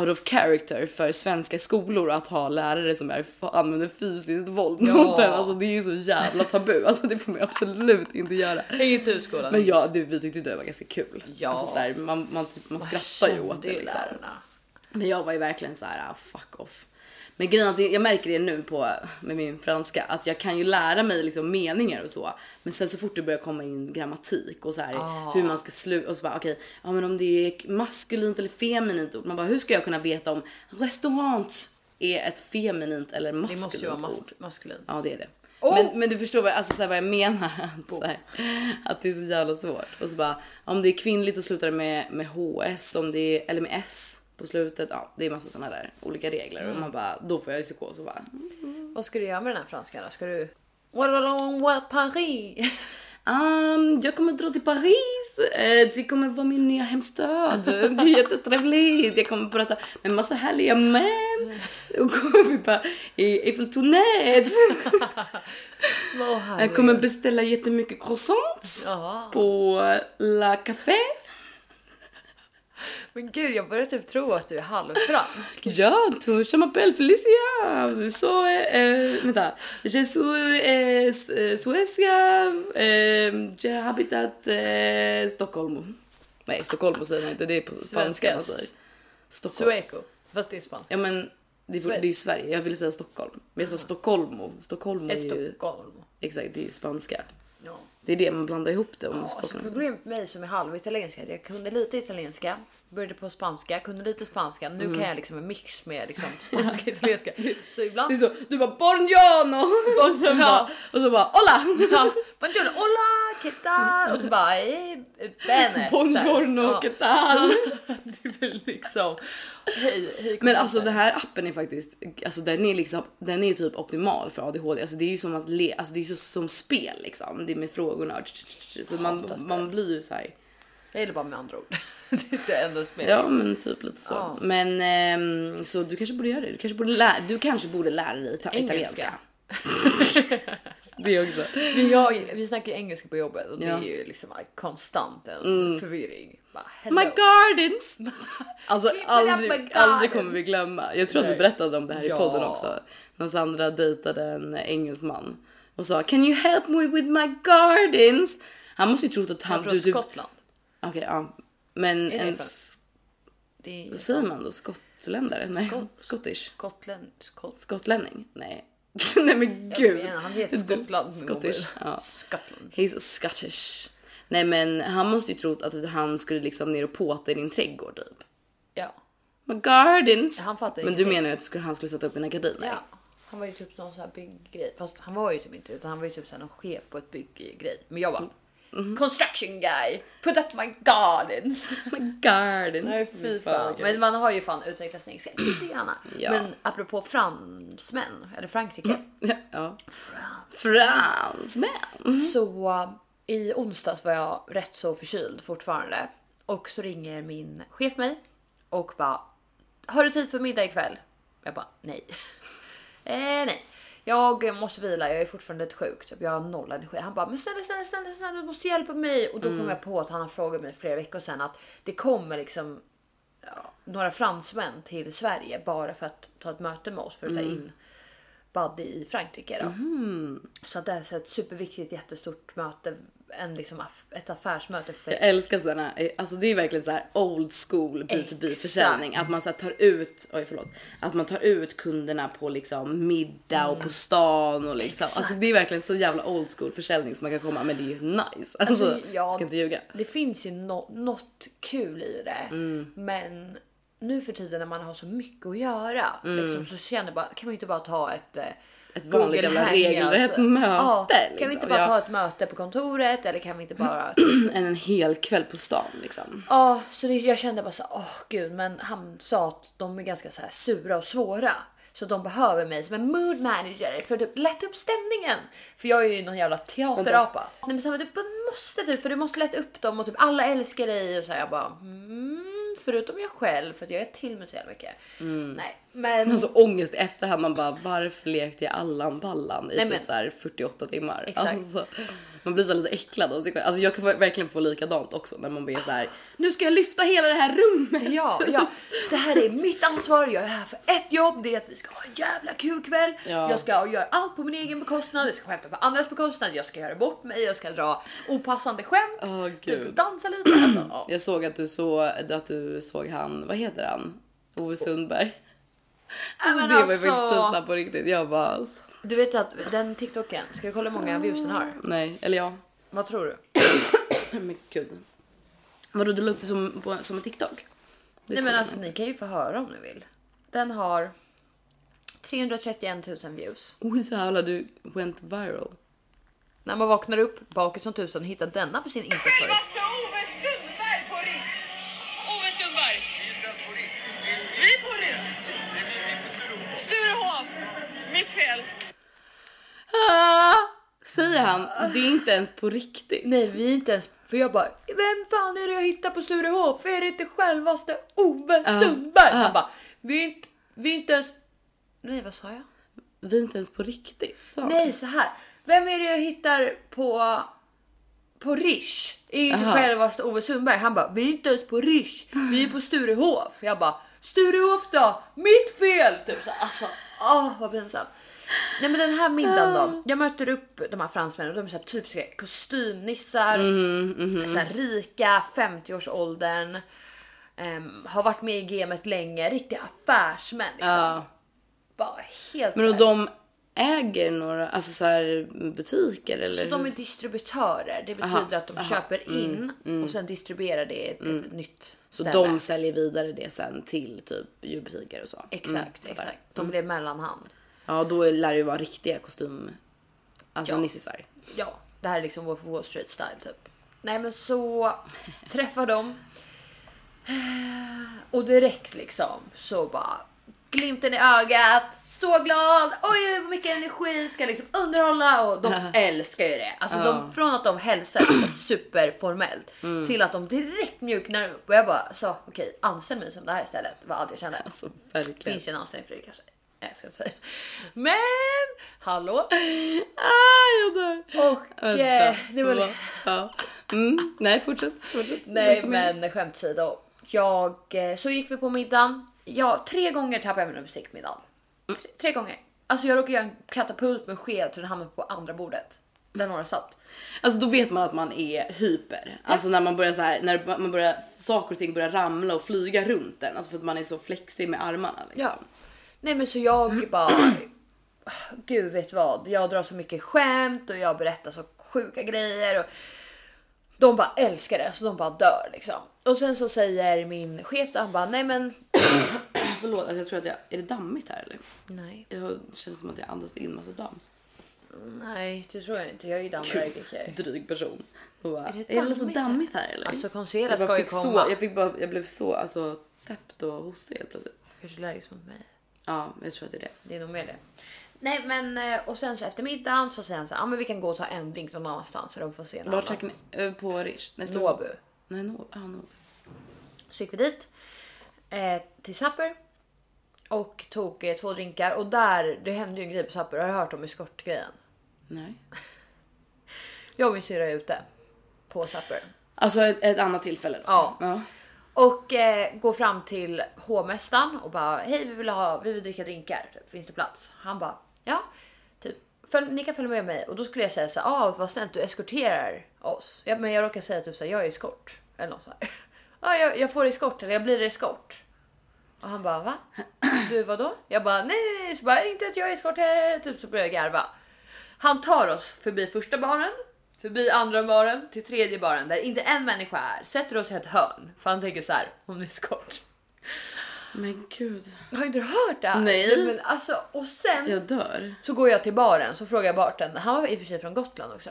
Speaker 1: out of character för svenska skolor att ha lärare som är, använder fysiskt våld mot en. Alltså det är ju så jävla tabu. Alltså det får man absolut inte göra.
Speaker 2: Häng inte ut skolan.
Speaker 1: Men ja, det, vi tyckte ju det var ganska kul.
Speaker 2: Ja.
Speaker 1: Alltså så här, man, man, typ, man skrattar ju åt det liksom.
Speaker 2: lärarna.
Speaker 1: Men jag var ju verkligen så här ah, fuck off. Men grejen är att jag märker det nu på med min franska att jag kan ju lära mig liksom meningar och så. Men sen så fort det börjar komma in grammatik och så här
Speaker 2: Ah.
Speaker 1: hur man ska sluta och så bara okej, ja men om det är maskulint eller feminint ord. Man bara hur ska jag kunna veta om restaurant är ett feminint eller
Speaker 2: Det
Speaker 1: maskulint
Speaker 2: måste ju vara
Speaker 1: ord?
Speaker 2: mas- maskulin.
Speaker 1: Ja det är det.
Speaker 2: Oh!
Speaker 1: Men, men du förstår vad, alltså, så här, vad jag menar? Att, så här, att det är så jävla svårt. Och så bara, om det är kvinnligt och slutar det med, med HS om det är, eller med S på slutet. Ja, det är massa sådana där olika regler och man bara, då får jag ju psykos och bara.
Speaker 2: Vad ska du göra med den här franskan då? Ska du... Wallon, wall, Paris.
Speaker 1: Um, jag kommer dra till Paris. Eh, Det kommer vara min nya hemstad. Det är jättetrevligt. Jag kommer prata med massa härliga män. Och kommer vi bara i Eiffeltornet.
Speaker 2: Vad
Speaker 1: Jag
Speaker 2: härligt.
Speaker 1: kommer beställa jättemycket croissants.
Speaker 2: Ja.
Speaker 1: på La Café.
Speaker 2: Men gud, jag börjar typ tro att du är halvfransk.
Speaker 1: Ja, tu je m'appelle Felicia. Så, eh, vänta. Je suis eh, s- eh, Suecia. Eh, je habitat eh, Stockholm. Nej, Stockholm säger man inte. Det är på spanska man säger. Stockholm.
Speaker 2: Sueco. Fast det är spanska.
Speaker 1: Ja, men det är, det är ju Sverige. Jag ville säga Stockholm. Men jag sa Stockholm. Stockholm är ju...
Speaker 2: Stockholm.
Speaker 1: Exakt, det är ju spanska.
Speaker 2: Ja.
Speaker 1: Det är det man blandar ihop det. Om
Speaker 2: Ja, alltså
Speaker 1: språken.
Speaker 2: problemet med mig som är halvitalienska är att jag kunde lite italienska, började på spanska, kunde lite spanska. Nu
Speaker 1: Mm.
Speaker 2: kan jag liksom en mix med liksom spanska och italienska. Så
Speaker 1: Det är
Speaker 2: ibland...
Speaker 1: så, du bara Borgiano! Och sen
Speaker 2: Ja.
Speaker 1: bara, och så bara Hola!
Speaker 2: Ja, buongiorno, hola, che tal? Och så bara eh, bene.
Speaker 1: Buongiorno,
Speaker 2: Så här,
Speaker 1: che tal?
Speaker 2: Det är väl liksom hej, hej.
Speaker 1: Men alltså den här appen är faktiskt, alltså den är liksom, den är typ optimal för ADHD. Alltså det är ju som att le, alltså det är ju så, som spel liksom. Det är med frågorna. Så man,
Speaker 2: Hatar spel.
Speaker 1: man blir ju så här.
Speaker 2: Jag gillar bara med andra ord. Det är det enda som är...
Speaker 1: Ja men typ lite så.
Speaker 2: Ja.
Speaker 1: Men ehm, så du kanske borde göra det. Du kanske borde lära, du kanske borde lära dig ta-
Speaker 2: Engelska.
Speaker 1: italienska. det också.
Speaker 2: Men jag, vi snackar ju engelska på jobbet och
Speaker 1: Ja. Mm.
Speaker 2: det är ju liksom konstant en förvirring. Bara, hello.
Speaker 1: My gardens! Alltså
Speaker 2: Klipp it up my
Speaker 1: aldrig,
Speaker 2: gardens.
Speaker 1: aldrig kommer vi glömma. Jag tror att vi
Speaker 2: Nej.
Speaker 1: berättade om det här i
Speaker 2: Ja.
Speaker 1: podden också. När Sandra dejtade en engelsman och sa Can you help me with my gardens? Han måste ju trott att han...
Speaker 2: Från
Speaker 1: du- du-
Speaker 2: Skottland.
Speaker 1: Okej ja. Men
Speaker 2: det
Speaker 1: en...
Speaker 2: för-
Speaker 1: s-
Speaker 2: Det är
Speaker 1: Vad säger man då? Skottländare? Nej.
Speaker 2: Skott.
Speaker 1: Scottish?
Speaker 2: Skottland. Skott...
Speaker 1: Skottlänning? Nej. Nej men
Speaker 2: Jag
Speaker 1: gud.
Speaker 2: menar, han heter
Speaker 1: Du-
Speaker 2: Skottland. min
Speaker 1: Scottish.
Speaker 2: mobil.
Speaker 1: Ja.
Speaker 2: Skottland.
Speaker 1: He's Scottish. Nej men han måste ju trott att han skulle liksom ner och påta i din trädgård typ.
Speaker 2: Ja.
Speaker 1: My gardens.
Speaker 2: Han fattar
Speaker 1: men du
Speaker 2: ingenting.
Speaker 1: menar ju att du skulle- han skulle sätta upp dina gardiner?
Speaker 2: ja. Han var ju typ någon sån här bygggrej. Fast han var ju typ inte det, utan han var ju typ sån här någon chef på ett bygggrej. Men jag bara Mm. construction guy. Put up my gardens.
Speaker 1: My gardens. Fy fan.
Speaker 2: Men man har ju fan utvecklat sin engelska lite grann.
Speaker 1: Ja.
Speaker 2: Men apropå fransmän eller Frankrike.
Speaker 1: Ja. Fransmän.
Speaker 2: Så uh, i onsdags var jag rätt så förkyld fortfarande. Och så ringer min chef mig och bara Har du tid för middag ikväll? Jag bara nej. eh, nej. Jag måste vila, jag är fortfarande lite sjuk. Typ. Jag har noll energi. Han bara men snälla, snälla, snälla, snälla du måste hjälpa mig. Och då kom jag på att han har frågat mig för flera veckor sedan att det kommer liksom ja, några fransmän till Sverige bara för att ta ett möte med oss för att ta in Buddy i Frankrike. Då. Så att det här är ett superviktigt jättestort möte. En liksom aff- ett affärsmöte. För
Speaker 1: Jag älskar sådana, alltså det är verkligen så här old school B2B
Speaker 2: Exakt.
Speaker 1: försäljning. Att man så här tar ut, oj förlåt, att man tar ut kunderna på liksom middag och på stan och liksom.
Speaker 2: Mm. Exakt.
Speaker 1: Alltså det är verkligen så jävla old school försäljning som man kan komma men det är ju nice. Alltså,
Speaker 2: Alltså, ja.
Speaker 1: ska inte ljuga.
Speaker 2: Det finns ju no- något kul i det.
Speaker 1: Mm.
Speaker 2: Men nu för tiden när man har så mycket att göra liksom, så känner jag bara, kan vi inte bara ta ett eh,
Speaker 1: Mm. Ett vanligt jävla
Speaker 2: Google Hangout?
Speaker 1: regelrätt möte,
Speaker 2: Ja, Kan
Speaker 1: liksom.
Speaker 2: vi inte bara
Speaker 1: Ja.
Speaker 2: ta ett möte på kontoret eller kan vi inte bara
Speaker 1: Än en hel kväll på stan liksom.
Speaker 2: Ja, så det, jag kände bara så åh gud, men han sa att de är ganska så här sura och svåra. Så de behöver mig som en mood manager för att typ lätta upp stämningen. För jag är ju någon jävla teaterapa. Nej men så han bara, du måste du för du måste lätta upp dem och typ alla älskar dig och så här, jag bara mm, förutom jag själv för att jag är till mig så jävla mycket. Nej men
Speaker 1: Alltså ångest i efterhand man bara varför lekte jag Allan Ballan i
Speaker 2: Nej,
Speaker 1: typ
Speaker 2: men-
Speaker 1: så här 48 timmar.
Speaker 2: Exakt.
Speaker 1: Alltså, man blir så här lite äcklad av sig själv. Alltså jag kan verkligen få likadant också när man blir så här. Nu ska jag lyfta hela det här rummet.
Speaker 2: Ja, ja. Det här är mitt ansvar. Jag är här för ett jobb. Det är att vi ska ha en jävla kul kväll.
Speaker 1: Ja.
Speaker 2: Jag ska göra allt på min egen bekostnad. Jag ska skämta på andras bekostnad. Jag ska göra bort mig. Jag ska dra opassande skämt.
Speaker 1: Åh, gud.
Speaker 2: typ dansa lite. Alltså, ja.
Speaker 1: Jag såg att du såg att du såg han. Vad heter han? Ove Sundberg.
Speaker 2: Ja, men
Speaker 1: det var ju
Speaker 2: alltså,
Speaker 1: faktiskt pinsamt på riktigt. Jag bara alltså,
Speaker 2: Du vet att den TikToken. Ska vi kolla hur många views den har?
Speaker 1: nej, eller ja.
Speaker 2: Vad tror du?
Speaker 1: Men gud. Vadå du la upp det som, på, som en TikTok? Det
Speaker 2: Nej
Speaker 1: såg
Speaker 2: men
Speaker 1: jag
Speaker 2: alltså ni kan ju få höra om ni vill. Den har 331 000 views.
Speaker 1: Oj jävlar du went viral.
Speaker 2: När man vaknar upp bakis som tusan hittar denna på sin Insta-story.
Speaker 3: Självaste Ove Sundberg på Riks. Ove Sundberg. Vi på Riks. Sturehof. Mitt fel.
Speaker 1: Ah, säger han. Det är inte ens på riktigt.
Speaker 2: Nej vi är inte ens, för jag bara vem fan är det jag hittar på Sturehof? Är det inte självaste Ove
Speaker 1: Ja,
Speaker 2: Sundberg?
Speaker 1: ja.
Speaker 2: Han bara vi är inte, vi är inte ens, nej vad sa jag?
Speaker 1: Vi är inte ens på riktigt. Så.
Speaker 2: Nej så här. vem är det jag hittar på på Rish? Är inte
Speaker 1: Aha.
Speaker 2: självaste Ove Sundberg? Han bara vi är inte ens på Rish, vi är på Sturehof. Jag bara Sturehof då, mitt fel! Typ så alltså åh vad pinsamt. Nej men den här middagen
Speaker 1: Ah.
Speaker 2: då. Jag möter upp de här fransmännen och de är så här typiska kostymnissar.
Speaker 1: Mhm,
Speaker 2: så här rika, 50-årsåldern. ehm, har varit med i gamet länge, riktiga affärsmän. Liksom.
Speaker 1: Ja.
Speaker 2: Bara helt
Speaker 1: Men
Speaker 2: så
Speaker 1: och
Speaker 2: här-
Speaker 1: de äger några alltså så här, butiker eller?
Speaker 2: Så de är distributörer. Det betyder att de köper in och sen distribuerar det i ett, ett nytt
Speaker 1: Mm, så
Speaker 2: ställe.
Speaker 1: de säljer vidare det sen till typ djurbutiker och så?
Speaker 2: Exakt,
Speaker 1: mm, fattar.
Speaker 2: exakt. De blir mellanhand.
Speaker 1: Ja, då lär det ju vara riktiga kostym... Alltså
Speaker 2: Ja.
Speaker 1: nissisar.
Speaker 2: Ja, det här är liksom vår Wall Street style typ. Nej men så träffar de. Och direkt liksom så bara glimten i ögat. Så glad! Oj, vad mycket energi! Ska liksom underhålla och de älskar ju det. Alltså de, från att de hälsar liksom superformellt till att de direkt mjuknar upp och jag bara sa okej, anställ mig som det här istället. Var allt jag kände.
Speaker 1: Alltså
Speaker 2: Det
Speaker 1: verkligen.
Speaker 2: finns ju en anställning för det kanske. Nej, jag ska inte säga. Men hallå!
Speaker 1: Ah, jag dör!
Speaker 2: Och eh, det var
Speaker 1: Vänta. ja. mm. Nej, fortsätt. fortsätt.
Speaker 2: Nej
Speaker 1: Berätta mer.
Speaker 2: men skämt åsido. Jag, eh, så gick vi på middagen. Ja, tre gånger tappade jag mina bestickmiddag. Tre, tre gånger. Alltså jag råkade göra en katapult med en sked så den hamnade på andra bordet. Där några satt.
Speaker 1: Alltså då vet man att man är hyper. Alltså när man börjar så här, när man börjar, saker och ting börjar ramla och flyga runt en. Alltså för att man är så flexig med armarna. Liksom.
Speaker 2: Ja. Nej men så jag bara... Gud vet vad, jag drar så mycket skämt och jag berättar så sjuka grejer. Och de bara älskar det så de bara dör liksom. Och sen så säger min chef då, han bara nej men...
Speaker 1: Förlåt, alltså jag tror att jag... Är det dammigt här eller?
Speaker 2: Nej,
Speaker 1: Jag det känns som att jag andas in massa damm.
Speaker 2: nej det tror jag inte. Jag är ju dammallergiker.
Speaker 1: Dryg person. Och bara, är,
Speaker 2: det
Speaker 1: det är det lite
Speaker 2: dammigt här?"
Speaker 1: dammigt här eller?
Speaker 2: Alltså Consuela
Speaker 1: jag, bara
Speaker 2: ska ju
Speaker 1: fick så,
Speaker 2: komma.
Speaker 1: jag, fick bara, jag blev så alltså, täppt och hostig helt plötsligt.
Speaker 2: Kanske allergisk mot mig.
Speaker 1: Ja, jag tror att det är det.
Speaker 2: Det är nog mer det. Nej men eh, och sen så efter middagen så säger han så här, ah, men vi kan gå och ta en drink någon annanstans så de får se någon
Speaker 1: Vart käkade ni? Eh, På Rish? Nej, Stor-
Speaker 2: Nobu.
Speaker 1: Nej, Nobu. Ah, Nobu.
Speaker 2: Så gick vi dit eh, till Supper och tog eh, två drinkar och där det hände ju en grej på Supper. Har du hört om eskortgrejen?
Speaker 1: Nej.
Speaker 2: Jag och min syrra är ute på Supper
Speaker 1: Alltså ett, ett annat tillfälle då.
Speaker 2: Ja.
Speaker 1: ja.
Speaker 2: och eh, går fram till hovmästaren och bara hej, vi vill ha. Vi vill dricka drinkar. Typ, Finns det plats? Han bara ja, typ följ, ni kan följa med mig och då skulle jag säga så här. Ah, vad snällt du eskorterar oss. Ja, men jag råkar säga typ så här. Jag är eskort eller något så här. Ja, jag, jag får eskort eller jag blir eskort. Och han bara va? Du vadå? Jag bara nej, nej, nej. Så bara, inte att jag är eskort här. Typ så börjar jag garva. Han tar oss förbi första baren, förbi andra baren till tredje baren där inte en människa är. Sätter oss i ett hörn för han tänker så här hon är eskort.
Speaker 1: Men gud,
Speaker 2: Har inte du hört det här?
Speaker 1: Nej.
Speaker 2: Men alltså, och sen
Speaker 1: jag dör.
Speaker 2: så går jag till baren så frågar jag bartendern. Han var i och för sig från Gotland också.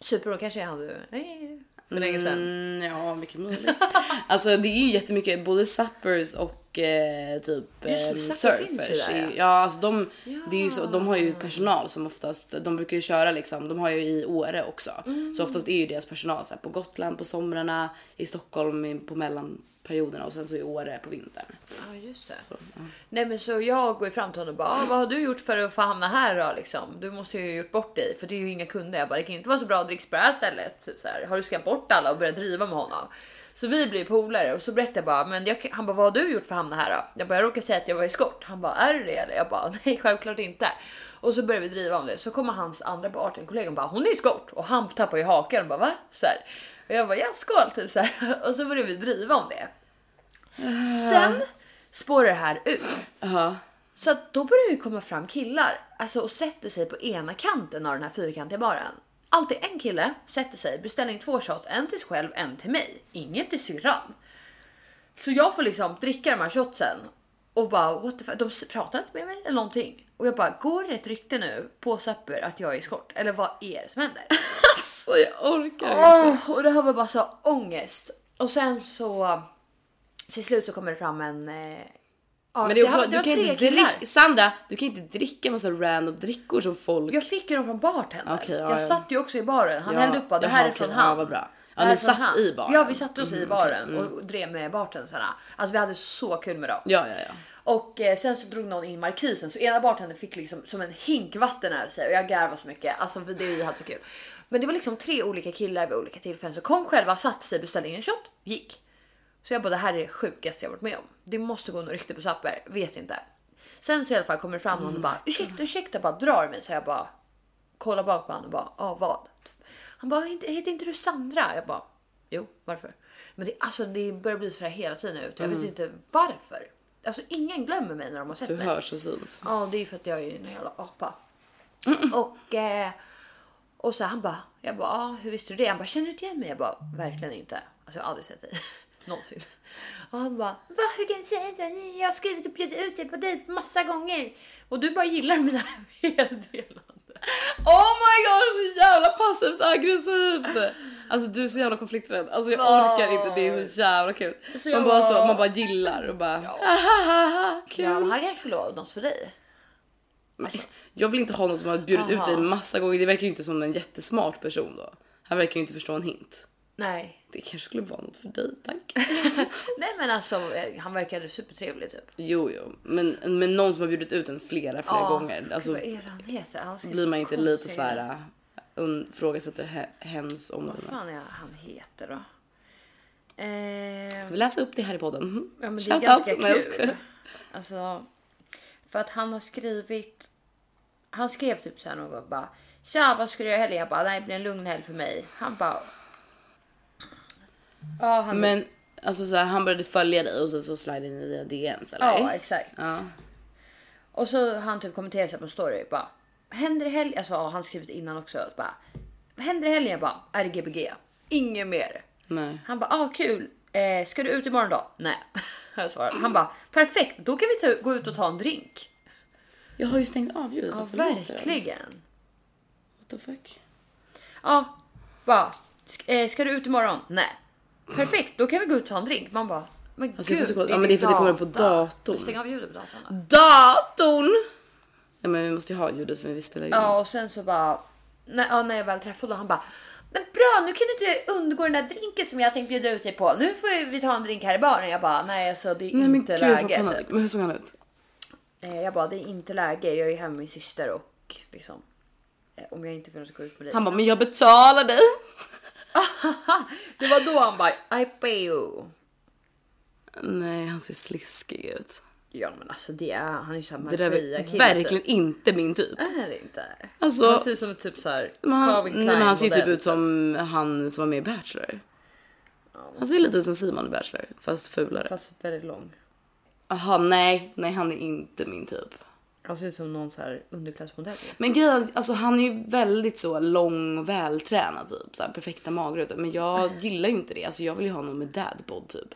Speaker 2: Super, kanske är han nu. Nej, För länge sedan.
Speaker 1: Mm, ja, mycket möjligt. alltså det är ju jättemycket, både suppers och eh, typ eh,
Speaker 2: Just det, supper finns ju
Speaker 1: surfers.
Speaker 2: där, ja.
Speaker 1: ja. alltså de, Det är ju så, de har ju personal som oftast, de brukar ju köra liksom, de har ju i Åre också. Så oftast är ju deras personal så här, på Gotland på somrarna, i Stockholm i- på mellanperioderna och sen så i Åre på vintern.
Speaker 2: Ja, just det.
Speaker 1: Så, ja.
Speaker 2: Nej men så jag går ju fram till honom och bara, ah, vad har du gjort för att få hamna här då liksom? Du måste ju ha gjort bort dig för det är ju inga kunder. Jag bara, det kan inte vara så bra dricks på det här stället. Typ så här. Har du skrämt bort alla och börjat driva med honom? Så vi blir polare och så berättar jag bara, men jag, kan- han bara, vad har du gjort för att hamna här då? Jag bara, jag råkar säga att jag var eskort. Han bara, är du det eller? Jag bara, nej självklart inte. Och så börjar vi driva om det. Så kommer hans andra bartenkollega och bara, hon är eskort. Och han tappar ju hakan och bara, va? Så här. Och jag bara, ja skål typ så här. Och så börjar vi driva om det. Sen spårar det här ut.
Speaker 1: Jaha.
Speaker 2: Så att då börjar det ju komma fram killar alltså, och sätter sig på ena kanten av den här fyrkantiga baren. Alltid en kille sätter sig, beställer in två shots, en till sig själv, en till mig. Ingen till syrran. Så jag får liksom dricka de här shotsen och bara what the fuck, de s- pratar inte med mig eller någonting. Och jag bara, går det ett rykte nu på Supper att jag är skort? Eller vad är det som händer?
Speaker 1: Alltså jag orkar inte.
Speaker 2: Åh, och det här var bara så ångest. Och sen så till slut så kommer det fram en... Eh, ja,
Speaker 1: Men det är också,
Speaker 2: här var-
Speaker 1: du
Speaker 2: var
Speaker 1: kan
Speaker 2: tre
Speaker 1: inte
Speaker 2: killar.
Speaker 1: drick, Sandra, du kan inte dricka massa random drickor som folk
Speaker 2: Jag fick ju dem från bartendern.
Speaker 1: Okej, ja,
Speaker 2: jag
Speaker 1: ja.
Speaker 2: satt ju också i baren. Han hällde upp bara, det
Speaker 1: jaha,
Speaker 2: här är
Speaker 1: okej.
Speaker 2: från
Speaker 1: Ja,
Speaker 2: han.
Speaker 1: vad bra.
Speaker 2: Det
Speaker 1: Ja,
Speaker 2: här är
Speaker 1: ni
Speaker 2: från
Speaker 1: satt
Speaker 2: han.
Speaker 1: i baren. Mm,
Speaker 2: Ja, vi satte oss i baren och drev med bartendrarna. Alltså vi hade så kul med dem.
Speaker 1: Ja, ja, ja.
Speaker 2: Och eh, sen så drog någon in markisen så ena bartendern fick liksom som en hink vatten över sig och jag garvade så mycket. Alltså för det vi hade så kul. Men det var liksom tre olika killar vid olika tillfällen som kom själva, satte sig, beställde in en shot, gick. Så jag bara det här är det sjukaste jag varit med om. Det måste gå något rykte på Zapper, vet inte. Sen så i alla fall kommer det fram någon och bara ursäkta, ursäkta, bara drar mig så jag bara kollar bak på honom och bara ja vad? Han bara "Inte- heter inte du Sandra? Jag bara jo varför? Men det, alltså, det börjar bli så här hela tiden ut. Jag vet inte varför. Alltså ingen glömmer mig när de har sett
Speaker 1: Du
Speaker 2: mig.
Speaker 1: hörs och syns.
Speaker 2: Ja det är ju för att jag är en jävla apa. Och, eh, och så han bara, jag bara, ah, hur visste du det? Han bara, känner du inte igen mig? Jag bara, verkligen inte. Alltså jag har aldrig sett dig. Någonsin. Och han bara, va hur kan du säga så? Ni- Jag har skrivit och bjudit ut er på dejt massa gånger. Och du bara gillar mina meddelanden.
Speaker 1: Oh my god, så jävla passivt aggressivt! Alltså du är så jävla konflikträdd. Alltså jag orkar inte, det är så jävla kul.
Speaker 2: Så
Speaker 1: man
Speaker 2: jag
Speaker 1: bara så,
Speaker 2: bara-
Speaker 1: man bara gillar och bara "Ahahaha, kul.
Speaker 2: Ja, men han kanske lovade något för dig.
Speaker 1: alltså- Jag vill inte ha någon som har bjudit ut
Speaker 2: Aha.
Speaker 1: dig en massa gånger. Det verkar ju inte som en jättesmart person då. Han verkar ju inte förstå en hint.
Speaker 2: Nej.
Speaker 1: Det kanske skulle vara något för dig, tack.
Speaker 2: Nej men alltså eh, han verkade supertrevlig typ.
Speaker 1: jo, jo, men, men någon som har bjudit ut en flera, flera gånger. Alltså,
Speaker 2: vad är det han heter? Han ska-
Speaker 1: blir man inte
Speaker 2: konstiga
Speaker 1: lite så
Speaker 2: grejer.
Speaker 1: här äh, un- ifrågasätter he- hens
Speaker 2: Vad
Speaker 1: omdöme.
Speaker 2: fan är han heter då? Eh,
Speaker 1: Vi läser upp det här i podden. Mhm.
Speaker 2: Ja, men det är
Speaker 1: Shout
Speaker 2: ganska
Speaker 1: out. Nej, jag
Speaker 2: kul.
Speaker 1: skojar.
Speaker 2: Alltså, för att han har skrivit. Han skrev typ så här något bara. Tja, vad ska du göra i helgen? Jag bara, nej, det blir en lugn helg för mig. Han bara. Ja, han.
Speaker 1: Men alltså så här, han började följa dig och så, så slide ni via DMs eller?
Speaker 2: ja, exakt.
Speaker 1: Ja.
Speaker 2: Och så har han typ kommenterat sig på en story. Bara, händer i helgen? Alltså, ja, han skrivit innan också. Bara, vad händer i helgen? Jag bara, RGBG. Inget mer.
Speaker 1: Nej.
Speaker 2: Han bara, ah kul. Eh, ska du ut imorgon då? Nej, jag svarade. Han bara, perfekt. Då kan vi ta, gå ut och ta en drink.
Speaker 1: Jag har ju stängt av ljudet.
Speaker 2: Ja,
Speaker 1: varför låter det?
Speaker 2: verkligen.
Speaker 1: What the fuck?
Speaker 2: Ja, bara. "Sk- eh, Ska du ut imorgon? Nej. Perfekt, då kan vi gå ut och ta en drink. Man bara, men
Speaker 1: Alltså, jag får
Speaker 2: gud.
Speaker 1: så gott- ja, men det är för att det kommer på datorn.
Speaker 2: Stäng av ljudet på datorn. då.
Speaker 1: Datorn! Nej men vi måste ju ha ljudet för vi spelar ju in.
Speaker 2: Ja, och sen så bara, när, ja, när jag väl träffade honom, han bara, men bra, nu kan du inte undgå den där drinken som jag tänkte bjuda ut dig på. Nu får vi ta en drink här i baren. Jag bara, nej alltså det är
Speaker 1: Nej men
Speaker 2: inte
Speaker 1: gud vad
Speaker 2: läge. Typ.
Speaker 1: panik. typ. Men hur såg han ut?
Speaker 2: Eh, Jag bara, det är inte läge. Jag är hemma med min syster och liksom, eh, om jag inte får något att gå ut med dig.
Speaker 1: Han bara men jag betalar dig.
Speaker 2: det var då han bara, I pay you.
Speaker 1: Nej han ser sliskig ut.
Speaker 2: Ja men alltså det är, han är ju såhär
Speaker 1: Det där
Speaker 2: Marbella-kille
Speaker 1: är
Speaker 2: typ.
Speaker 1: verkligen inte min typ.
Speaker 2: Är det inte?
Speaker 1: Alltså-
Speaker 2: han ser ut som typ såhär
Speaker 1: Men han, nej, men han ser ju typ
Speaker 2: modell.
Speaker 1: ut som han som var med i Bachelor. Han ser lite ut som Simon i Bachelor fast fulare.
Speaker 2: Fast väldigt lång.
Speaker 1: Jaha nej, nej han är inte min typ.
Speaker 2: Han ser ut som någon såhär underklassmodell.
Speaker 1: Men grejen, alltså han är ju väldigt så lång och vältränad typ. Så här, perfekta magrutor. Men jag gillar ju inte det. Alltså jag vill ju ha någon med dadbod typ.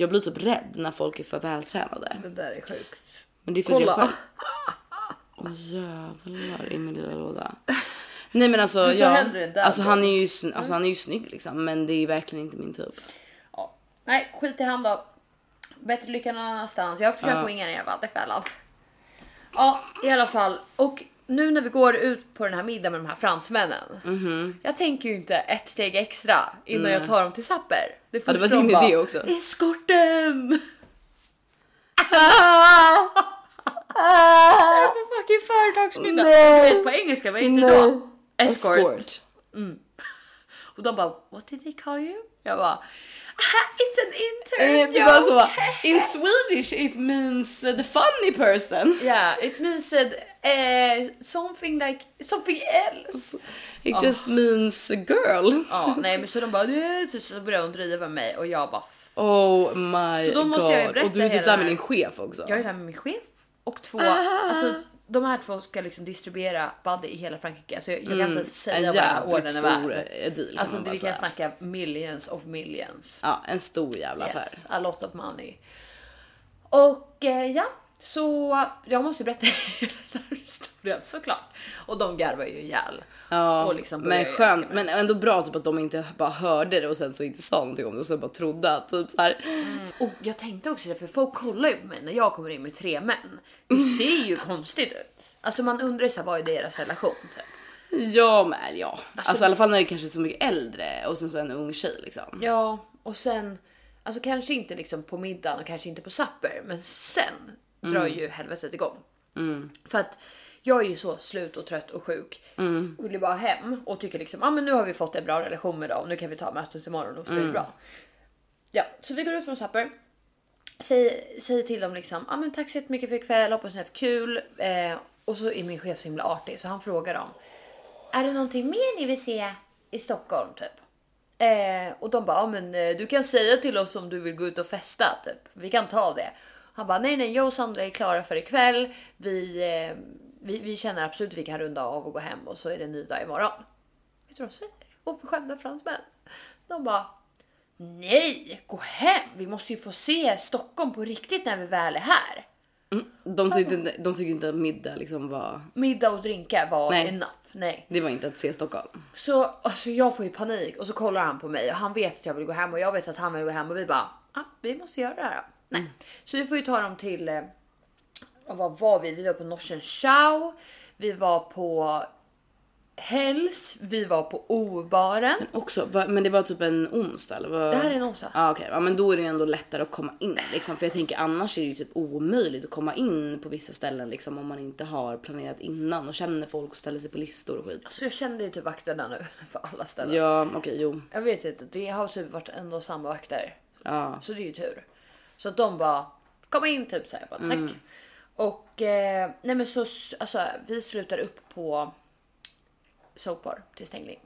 Speaker 1: Jag blir typ rädd när folk är för vältränade.
Speaker 2: Det där är sjukt.
Speaker 1: Men det är för
Speaker 2: Kolla.
Speaker 1: att jag själv... Åh jävlar i min lilla låda. Nej men alltså,
Speaker 2: tar
Speaker 1: ja,
Speaker 2: hellre en Mm. dad
Speaker 1: alltså,
Speaker 2: då.
Speaker 1: han är ju, sn- alltså han är ju snygg liksom men det är verkligen inte min typ.
Speaker 2: Ja. Nej skit i han då. Bättre lycka någon annanstans. Jag försöker
Speaker 1: Ja.
Speaker 2: winga den jävla fällan. Ja i alla fall. Och nu när vi går ut på den här middagen med de här fransmännen.
Speaker 1: Mhm.
Speaker 2: Jag tänker ju inte ett steg extra innan jag tar dem till Sapper. Det,
Speaker 1: Ja, det var
Speaker 2: första de
Speaker 1: din
Speaker 2: bara,
Speaker 1: idé också.
Speaker 2: Eskorten! Jag var på fucking företagsmiddag.
Speaker 1: Nej.
Speaker 2: Nej. På engelska, vad heter det då? Escort.
Speaker 1: Escort.
Speaker 2: Och de bara what did they call you? Jag bara "Ah, it's an
Speaker 1: Eh,
Speaker 2: intern.
Speaker 1: Det var så. In Swedish it means eh, the funny person.
Speaker 2: Yeah, it means that, eh, something like something else.
Speaker 1: It just means girl.
Speaker 2: Ja, nej men så de bara "Nej", så, så började hon driva med mig och jag bara
Speaker 1: Oh my
Speaker 2: Så då måste
Speaker 1: god.
Speaker 2: jag ju berätta
Speaker 1: och du är
Speaker 2: hela
Speaker 1: typ där
Speaker 2: det
Speaker 1: med
Speaker 2: här.
Speaker 1: din chef också.
Speaker 2: jag är där med min chef och två, alltså de här två ska liksom distribuera Buddy i hela Frankrike. Så jag, jag kan inte
Speaker 1: en
Speaker 2: säga vad den här
Speaker 1: jävligt
Speaker 2: orden är
Speaker 1: stor
Speaker 2: värd.
Speaker 1: eh, deal kan
Speaker 2: Alltså
Speaker 1: man
Speaker 2: det,
Speaker 1: bara
Speaker 2: vi kan
Speaker 1: säga.
Speaker 2: snacka millions of millions.
Speaker 1: Ja, en stor jävla affär.
Speaker 2: Yes, a lot of money. Och eh, ja, så jag måste berätta hela den här historien såklart. Och de garvar ju ihjäl.
Speaker 1: Ja,
Speaker 2: och liksom börjar
Speaker 1: men
Speaker 2: ju
Speaker 1: skönt.
Speaker 2: älska mig.
Speaker 1: Men ändå bra typ att de inte bara hörde det och sen så inte sa någonting om det och sen bara trodde att typ så här.
Speaker 2: Och jag tänkte också det, för folk kollar ju på mig när jag kommer in med tre män. Det ser ju konstigt ut. Alltså man undrar ju så här, vad är deras relation? Typ.
Speaker 1: Ja, men ja, alltså, i alla fall när det kanske är så mycket äldre och sen så en ung tjej liksom.
Speaker 2: Ja, och sen alltså kanske inte liksom på middagen och kanske inte på supper, men sen drar ju helvetet igång. För att jag är ju så slut och trött och sjuk. och Vill ju bara hem och tycker liksom ah, men nu har vi fått en bra relation med dem. Nu kan vi ta mötet imorgon och så är det bra. Ja, så vi går ut från supper. Säger, säger till dem liksom ah, men tack så jättemycket för ikväll. Hoppas ni har haft kul. Eh, och så är min chef så himla artig så han frågar dem. Är det någonting mer ni vill se i Stockholm typ? Eh, och de bara, ja men eh, du kan säga till oss om du vill gå ut och festa typ. Vi kan ta det. Han bara, nej nej jag och Sandra är klara för ikväll. Vi, eh, vi, vi känner absolut att vi kan runda av och gå hem och så är det en ny dag imorgon. Vet du vad de säger? Oförskämda fransmän. De bara Nej, gå hem! Vi måste ju få se Stockholm på riktigt när vi väl är här.
Speaker 1: De tyckte, inte, de tyckte inte att middag liksom var...
Speaker 2: Middag och drinkar var
Speaker 1: Nej.
Speaker 2: enough. Nej.
Speaker 1: Det var inte att se Stockholm.
Speaker 2: Så alltså, jag får ju panik och så kollar han på mig och han vet att jag vill gå hem och jag vet att han vill gå hem och vi bara ah, vi måste göra det här. då." Nej, så vi får ju ta dem till. Eh, vad var vi? Vi var på Norsen Chow. Vi var på Hells. Vi var på O-baren.
Speaker 1: Också, va- men det var typ en onsdag eller? Vad?
Speaker 2: Det här är en onsdag.
Speaker 1: Ja okej, ja, men då är det ju ändå lättare att komma in liksom. För jag tänker annars är det ju typ omöjligt att komma in på vissa ställen liksom om man inte har planerat innan och känner folk och ställer sig på listor och skit.
Speaker 2: Så jag kände ju typ vakterna nu på alla ställen.
Speaker 1: Ja okej, jo.
Speaker 2: Jag vet inte, det har typ varit en och samma vakter.
Speaker 1: Ja.
Speaker 2: Så det är ju tur. Så att de bara kom in typ så här, jag bara, tack.
Speaker 1: Mm.
Speaker 2: Och eh, nej men så s- alltså, vi slutar upp på Sopar till stängning.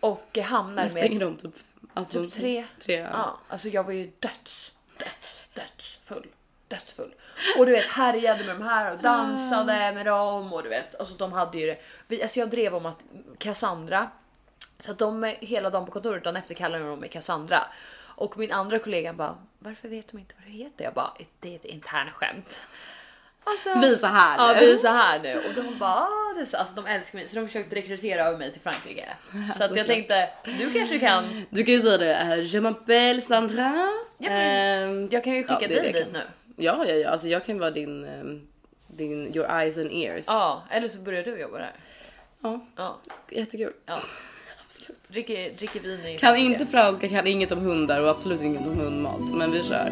Speaker 2: Och eh, hamnar
Speaker 1: När
Speaker 2: med
Speaker 1: stänger de typ? Alltså,
Speaker 2: typ tre.
Speaker 1: tre ja.
Speaker 2: ja. alltså jag var ju döds, döds, döds full, dödsfull. Och du vet härjade med de här och
Speaker 1: Ah.
Speaker 2: dansade med dem och du vet alltså de hade ju det. Vi, alltså jag drev om att Cassandra så att de eh, hela dagen på kontoret dagen efter kallade de mig Cassandra och min andra kollega bara varför vet de inte vad du heter? Jag bara det är ett internskämt. Alltså,
Speaker 1: Vi är så här
Speaker 2: Ja,
Speaker 1: nu.
Speaker 2: vi är så här nu och de bara "Ah, det är så-" alltså de älskar mig så de försökte rekrytera över mig till Frankrike så att jag
Speaker 1: Såklart.
Speaker 2: tänkte du kanske kan
Speaker 1: Du kan ju säga det, eh, je m'appelle Sandra.
Speaker 2: Japp.
Speaker 1: Ehm,
Speaker 2: Jag kan ju skicka
Speaker 1: det är det
Speaker 2: dig
Speaker 1: jag
Speaker 2: dit
Speaker 1: kan.
Speaker 2: nu.
Speaker 1: Ja, ja, ja, alltså jag kan vara din, ehm, din your eyes and ears.
Speaker 2: Ja, eller så börjar du jobba där.
Speaker 1: ja
Speaker 2: Ja,
Speaker 1: jättekul.
Speaker 2: ja.
Speaker 1: Absolut.
Speaker 2: Dricker, dricker vin i...
Speaker 1: Kan inte franska, kan inget om hundar och absolut inget om hundmat. Men vi kör.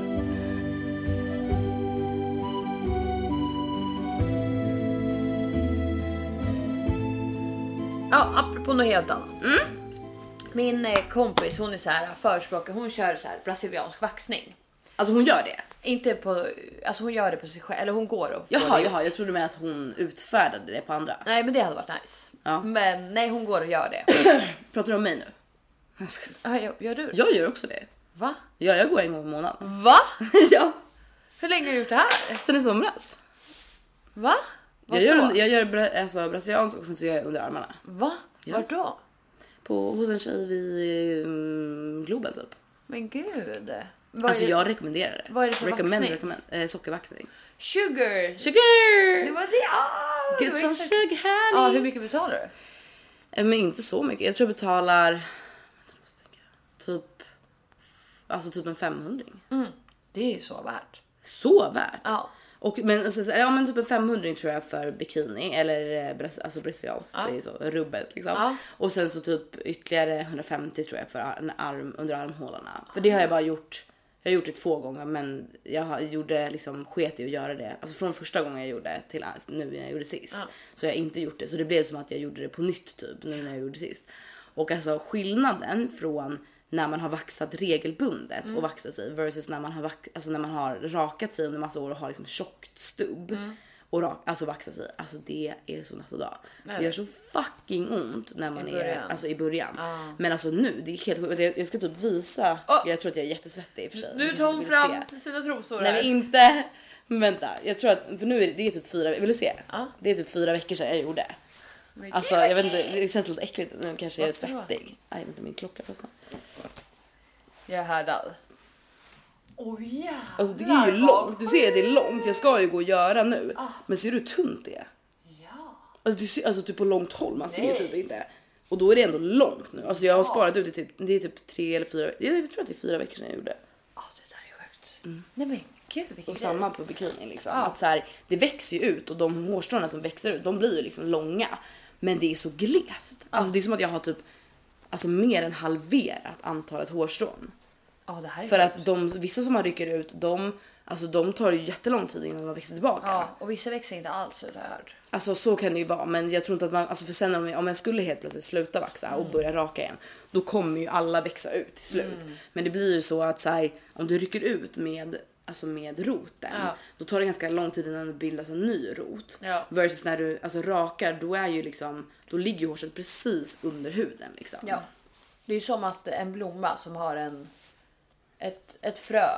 Speaker 2: Ja, apropå något helt annat. Mm. Min eh, kompis hon är så här förespråkar, hon kör så här brasiliansk vaxning.
Speaker 1: Alltså hon gör det?
Speaker 2: Inte på, alltså hon gör det på sig själv, eller hon går och får
Speaker 1: Jaha,
Speaker 2: det.
Speaker 1: jaha, jag trodde med att hon utfärdade det på andra.
Speaker 2: Nej men det hade varit nice.
Speaker 1: Ja.
Speaker 2: Men nej hon går och gör det.
Speaker 1: Pratar du om mig nu? Jag skojar.
Speaker 2: Ja, gör- gör du det?
Speaker 1: Jag gör också det.
Speaker 2: Va?
Speaker 1: Ja, jag går en gång i månaden.
Speaker 2: Va?
Speaker 1: ja,
Speaker 2: Hur länge har du gjort det här?
Speaker 1: sen i somras.
Speaker 2: Va? Vart
Speaker 1: Jag gör,
Speaker 2: då?
Speaker 1: under- jag gör bra, alltså, brasiliansk och sen så gör jag under armarna.
Speaker 2: Va? Vart då?
Speaker 1: På, hos en tjej vid mm, Globen typ.
Speaker 2: Men gud. Vad
Speaker 1: Alltså
Speaker 2: är det?
Speaker 1: jag rekommenderar det.
Speaker 2: vad är det för
Speaker 1: recommend,
Speaker 2: vaxning?
Speaker 1: Recommend, eh, sockervaxning.
Speaker 2: Sugar! Det
Speaker 1: Sugar!
Speaker 2: var det! Ah, det
Speaker 1: Get
Speaker 2: var
Speaker 1: some
Speaker 2: exakt-
Speaker 1: sugar honey!
Speaker 2: Ja, hur mycket betalar du?
Speaker 1: Eh, Men inte så mycket. Jag tror jag betalar vänta, jag måste tänka. typ alltså typ en 500
Speaker 2: Det är ju så värt.
Speaker 1: Så värt.
Speaker 2: Ja.
Speaker 1: Och, men, så, så- ja, men typ en 500 tror jag för bikini eller eh, bras, alltså brasilianskt, det är så rubbet liksom.
Speaker 2: Ja.
Speaker 1: Och sen så typ ytterligare 150 tror jag för ar- en arm, under armhålorna. För det har jag bara gjort. Jag har gjort det två gånger, men jag har- gjorde liksom sket i att göra det. Alltså från första gången jag gjorde till nu när jag gjorde sist så har jag inte gjort det. Så det blev som att jag gjorde det på nytt typ nu när jag gjorde sist. Och alltså skillnaden från när man har vaxat regelbundet och vaxat sig versus när man har, vax- alltså när man har rakat sig under massa år och har liksom tjockt stubb och rak- alltså vaxat sig. Alltså det är så natt och dag. Det gör så fucking ont när man är
Speaker 2: början.
Speaker 1: alltså i början. Men alltså nu, det är helt sjukt. Jag- Jag ska typ visa.
Speaker 2: Åh!
Speaker 1: Jag tror att jag är jättesvettig i och för sig.
Speaker 2: Nu
Speaker 1: Ni
Speaker 2: tar
Speaker 1: kanske
Speaker 2: hon
Speaker 1: inte vill se.
Speaker 2: fram sina trosor
Speaker 1: Nej
Speaker 2: här.
Speaker 1: men inte. Men vänta, jag tror att för nu är det, det är typ fyra. Vill du se?
Speaker 2: Ja.
Speaker 1: Det är typ fyra veckor sedan jag gjorde.
Speaker 2: Men gud.
Speaker 1: Alltså jag vet inte, det känns lite äckligt nu kanske jag är
Speaker 2: Varför då?
Speaker 1: svettig. Aj vänta min klocka fastnade.
Speaker 2: Jag är härdad. Oj oh,
Speaker 1: Alltså det är ju långt, du ser det är långt. Jag ska ju gå och göra nu. Men ser du hur tunt det är?
Speaker 2: Ja.
Speaker 1: Alltså, du ser, alltså typ på långt håll, man ser ju
Speaker 2: Nej.
Speaker 1: typ inte. Och då är det ändå långt nu. Alltså jag har sparat ut det typ, det är typ tre eller fyra, jag tror att det är fyra veckor sedan jag gjorde.
Speaker 2: Ah, det där är sjukt. Nej men gud vilken
Speaker 1: Mm. Och
Speaker 2: grej.
Speaker 1: samma på bikini liksom. Att så här, det växer ju ut och de hårstråna som växer ut, de blir ju liksom långa. Men det är så glest. Alltså det är som att jag har typ alltså mer än halverat antalet hårstrån.
Speaker 2: Ja, det här är
Speaker 1: För
Speaker 2: sjukt.
Speaker 1: att de, vissa som man rycker ut, de, alltså de tar ju jättelång tid innan de växer tillbaka.
Speaker 2: Ja, och vissa växer inte alls ut har jag hört.
Speaker 1: Alltså så kan det ju vara, men jag tror inte att man, alltså för sen om jag, om jag skulle helt plötsligt sluta vaxa
Speaker 2: Mm.
Speaker 1: och börja raka igen, då kommer ju alla växa ut till slut.
Speaker 2: Mm.
Speaker 1: Men det blir ju så att så här, om du rycker ut med, alltså med roten,
Speaker 2: Ja.
Speaker 1: då tar det ganska lång tid innan det bildas en ny rot.
Speaker 2: Ja.
Speaker 1: Versus när du alltså, rakar, då är ju liksom, då ligger ju hårstrået precis under huden liksom.
Speaker 2: Mm. Ja. Det är ju som att en blomma som har en ett, ett frö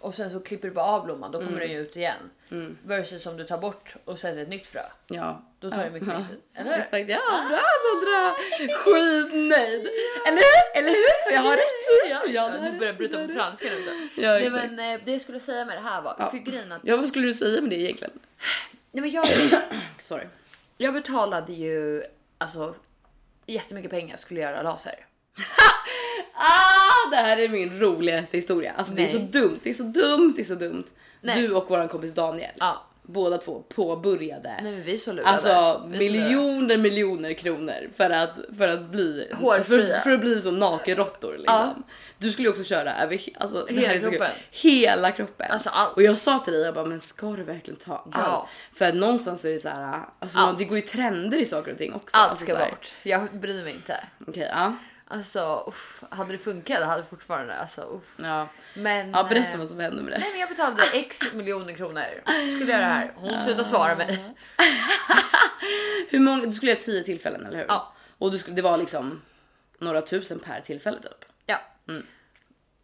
Speaker 2: och sen så klipper du bara av blomman, då kommer
Speaker 1: Mm.
Speaker 2: den ju ut igen. Versus om du tar bort och sätter ett nytt frö.
Speaker 1: Ja.
Speaker 2: Då tar det mycket
Speaker 1: ja.
Speaker 2: mer tid, eller hur? Ah!
Speaker 1: Exakt, ja bra Sandra! Skitnöjd! Eller hur? Eller hur? Jag har rätt! Ja,
Speaker 2: Ja,
Speaker 1: det här
Speaker 2: du
Speaker 1: är
Speaker 2: börjar
Speaker 1: rätt.
Speaker 2: bryta på franskan också.
Speaker 1: Ja,
Speaker 2: Nej,
Speaker 1: exakt.
Speaker 2: men, eh, det jag skulle säga med det här var,
Speaker 1: Ja.
Speaker 2: för grejen att,
Speaker 1: Ja vad skulle du säga med det egentligen?
Speaker 2: nej men jag,
Speaker 1: Sorry.
Speaker 2: jag betalade ju alltså jättemycket pengar skulle göra laser.
Speaker 1: Ah, det här är min roligaste historia. Alltså det är så
Speaker 2: Nej.
Speaker 1: dumt, det är så dumt, det är så dumt.
Speaker 2: Nej.
Speaker 1: Du och våran kompis Daniel.
Speaker 2: Ja,
Speaker 1: Båda två påbörjade
Speaker 2: nej men vi är så lurade.
Speaker 1: Alltså
Speaker 2: Vi är så lurade.
Speaker 1: miljoner miljoner kronor för att, för att bli
Speaker 2: Hårfria.
Speaker 1: För, för att bli som nakenråttor liksom. Du skulle ju också köra över he- alltså, det
Speaker 2: Hela
Speaker 1: här är så kul.
Speaker 2: kroppen.
Speaker 1: Hela kroppen.
Speaker 2: Alltså, allt.
Speaker 1: Och jag sa till dig jag bara men ska du verkligen ta allt?
Speaker 2: Ja.
Speaker 1: För att någonstans så är det så här alltså,
Speaker 2: Allt.
Speaker 1: man, det går ju trender i saker och ting också.
Speaker 2: Allt
Speaker 1: alltså,
Speaker 2: ska
Speaker 1: så här,
Speaker 2: bort. Jag bryr mig inte.
Speaker 1: Okej ja.
Speaker 2: Alltså, uff, hade det funkat det hade fortfarande alltså. Uff.
Speaker 1: Ja.
Speaker 2: Men
Speaker 1: ja berätta
Speaker 2: eh,
Speaker 1: vad som hände med det.
Speaker 2: Nej men jag betalade x miljoner kronor. Skulle göra det här. Hon slutade svara mig.
Speaker 1: Hur många, du skulle göra tio tillfällen eller hur?
Speaker 2: Ja.
Speaker 1: Och du skulle, det var liksom några tusen per tillfälle typ.
Speaker 2: Ja.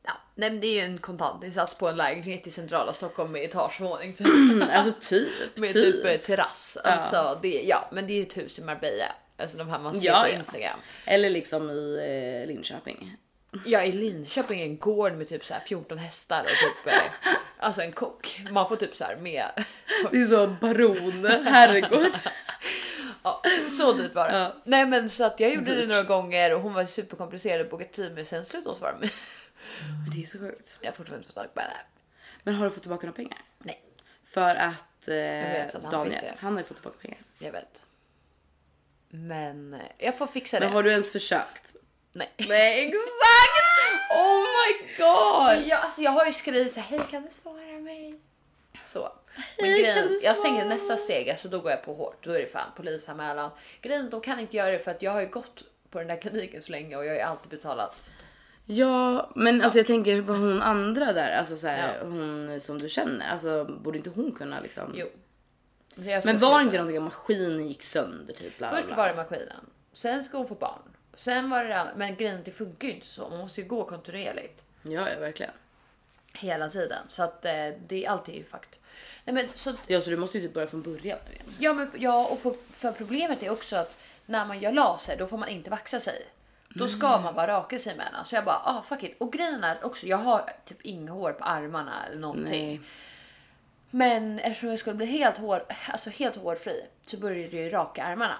Speaker 2: ja. Nej men det är ju en kontantinsats på en lägenhet i centrala Stockholm med etagevåning. Typ.
Speaker 1: Alltså typ.
Speaker 2: med typ eh, terrass. Alltså, det, ja men det är ju ett hus i Marbella. Alltså de här man ser
Speaker 1: Ja,
Speaker 2: på
Speaker 1: ja.
Speaker 2: Instagram.
Speaker 1: Eller liksom i eh, Linköping.
Speaker 2: Ja i Linköping är en gård med typ så här 14 hästar och typ eh, alltså en kock. Man får typ så här med.
Speaker 1: Det är så baron, herrgård.
Speaker 2: Ja, så dyrt var det.
Speaker 1: Ja.
Speaker 2: Nej men så att jag gjorde det
Speaker 1: Dyrt.
Speaker 2: några gånger och hon var superkomplicerad och bokade tid men sen slutade hon svara mig.
Speaker 1: Men det är så sjukt.
Speaker 2: Jag har fortfarande inte fått tag på henne.
Speaker 1: Men har du fått tillbaka några pengar?
Speaker 2: Nej,
Speaker 1: För att, eh,
Speaker 2: vet att han
Speaker 1: Daniel,
Speaker 2: fick det.
Speaker 1: han har ju fått tillbaka pengar.
Speaker 2: jag vet. Men eh, jag får fixa det.
Speaker 1: Men har du ens försökt?
Speaker 2: Nej.
Speaker 1: Nej exakt! Oh my god!
Speaker 2: Jag, alltså, jag har ju skrivit så här, hej kan du svara mig? Så. Men
Speaker 1: Hej, kan
Speaker 2: grejen,
Speaker 1: du
Speaker 2: jag
Speaker 1: svara
Speaker 2: tänker nästa
Speaker 1: mig?
Speaker 2: steg, alltså då går jag på hårt. Då är det fan polisanmälan. Grejen, de kan inte göra det för att jag har ju gått på den där kliniken så länge och jag har ju alltid betalat.
Speaker 1: Ja, men alltså jag tänker på hon andra där, alltså så här,
Speaker 2: Ja.
Speaker 1: hon som du känner, alltså borde inte hon kunna liksom?
Speaker 2: Jo. Jag ska
Speaker 1: Men var
Speaker 2: sluta.
Speaker 1: det inte någonting att maskinen gick sönder typ? Bla, bla,
Speaker 2: Först
Speaker 1: bla.
Speaker 2: var det maskinen, sen ska hon få barn. Sen var det det andra. Men grejen är att det funkar ju inte så. Man måste ju gå kontinuerligt.
Speaker 1: Ja, ja verkligen.
Speaker 2: Hela tiden. Så att eh, det är alltid ju fakt. Nej, men, så, att-
Speaker 1: Ja, så du måste ju typ börja från början nu igen.
Speaker 2: ja, men, ja, och för, för problemet är också att när man gör laser då får man inte vaxa sig. Då ska man bara raka sig med den. Så jag bara ah fuck it. Och grejen är också jag har typ inga hår på armarna eller någonting.
Speaker 1: Nej.
Speaker 2: Men eftersom jag skulle bli helt, hår, alltså helt hårfri så började jag ju raka armarna.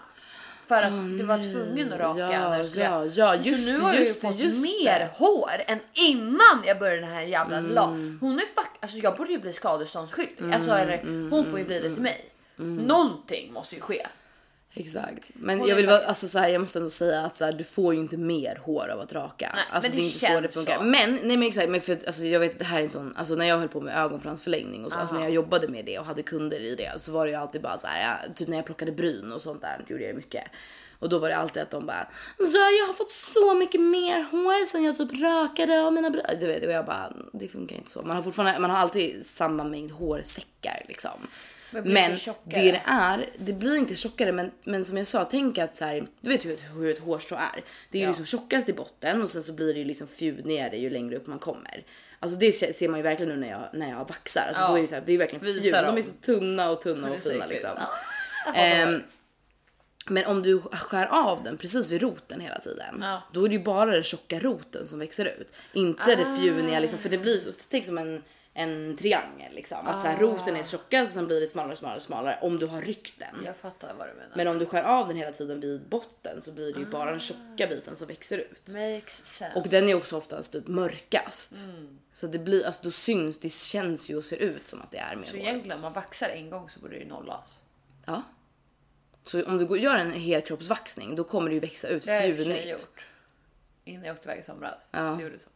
Speaker 2: För att du var tvungen att raka.
Speaker 1: Ja,
Speaker 2: när du skulle-
Speaker 1: ja, ja, just
Speaker 2: så nu
Speaker 1: det,
Speaker 2: har jag ju
Speaker 1: just det,
Speaker 2: fått
Speaker 1: just
Speaker 2: mer
Speaker 1: det. Mm.
Speaker 2: hår än innan jag började den här jävla la. Hon är fuck, alltså jag borde ju bli skadeståndsskyldig. Alltså, eller,
Speaker 1: mm,
Speaker 2: hon får ju bli det till mig. Någonting måste ju ske.
Speaker 1: Exakt. Men
Speaker 2: Hon
Speaker 1: jag
Speaker 2: är
Speaker 1: vill vara,
Speaker 2: faktiskt-
Speaker 1: alltså så här, jag måste ändå säga att så här, du får ju inte mer hår av att raka.
Speaker 2: Nej,
Speaker 1: alltså,
Speaker 2: men
Speaker 1: det är
Speaker 2: det
Speaker 1: inte så det
Speaker 2: känns
Speaker 1: funkar.
Speaker 2: så.
Speaker 1: Men nej men exakt, men för att, alltså, jag vet att det här är en sån, alltså när jag höll på med ögonfransförlängning och så,
Speaker 2: Ah.
Speaker 1: alltså när jag jobbade med det och hade kunder i det så var det ju alltid bara så här, ja, typ när jag plockade bryn och sånt där gjorde jag ju mycket. Och då var det alltid att de bara så jag har fått så mycket mer hår sen jag typ rakade av mina bryn. Du vet och jag bara det funkar inte så. Man har fortfarande, man har alltid samma mängd hårsäckar liksom.
Speaker 2: Men blir
Speaker 1: Men
Speaker 2: det tjockare?
Speaker 1: det är är, det blir inte tjockare men, men som jag sa, tänk att så här, du vet hur ett, hur ett hårstrå är. Det är ju
Speaker 2: Ja.
Speaker 1: liksom tjockast i botten och sen så blir det ju liksom fjunigare ju längre upp man kommer. Alltså det se- ser man ju verkligen nu när jag, när jag vaxar. Alltså
Speaker 2: Ja.
Speaker 1: då är det, så här, det är ju verkligen
Speaker 2: Visa
Speaker 1: fjun. De
Speaker 2: dem.
Speaker 1: är så tunna och tunna och
Speaker 2: Det är
Speaker 1: fina
Speaker 2: äckligt.
Speaker 1: liksom.
Speaker 2: Ja.
Speaker 1: Ehm, men om du skär av den precis vid roten hela tiden,
Speaker 2: Ja.
Speaker 1: då är det ju bara den tjocka roten som växer ut. Inte det fjuniga liksom, för det blir så, tänk som en, en triangel liksom. Att så här,
Speaker 2: Ah.
Speaker 1: roten är tjockast och sen blir det smalare, smalare, smalare om du har ryckt den.
Speaker 2: Jag fattar vad du menar.
Speaker 1: Men om du skär av den hela tiden vid botten så blir det ju
Speaker 2: Ah.
Speaker 1: bara den tjocka biten som växer ut.
Speaker 2: Makes sense.
Speaker 1: Och den är också oftast typ mörkast.
Speaker 2: Mm.
Speaker 1: Så det blir, alltså då syns, det känns ju och ser ut som att det är mer
Speaker 2: så
Speaker 1: hår.
Speaker 2: egentligen om man vaxar en gång så borde det ju nollas.
Speaker 1: Ja. Så om du går, gör en helkroppsvaxning då kommer det ju växa ut
Speaker 2: Det har jag i och för sig
Speaker 1: fjunigt.
Speaker 2: gjort. Innan jag åkte iväg i somras.
Speaker 1: Ja.
Speaker 2: Jag gjorde så.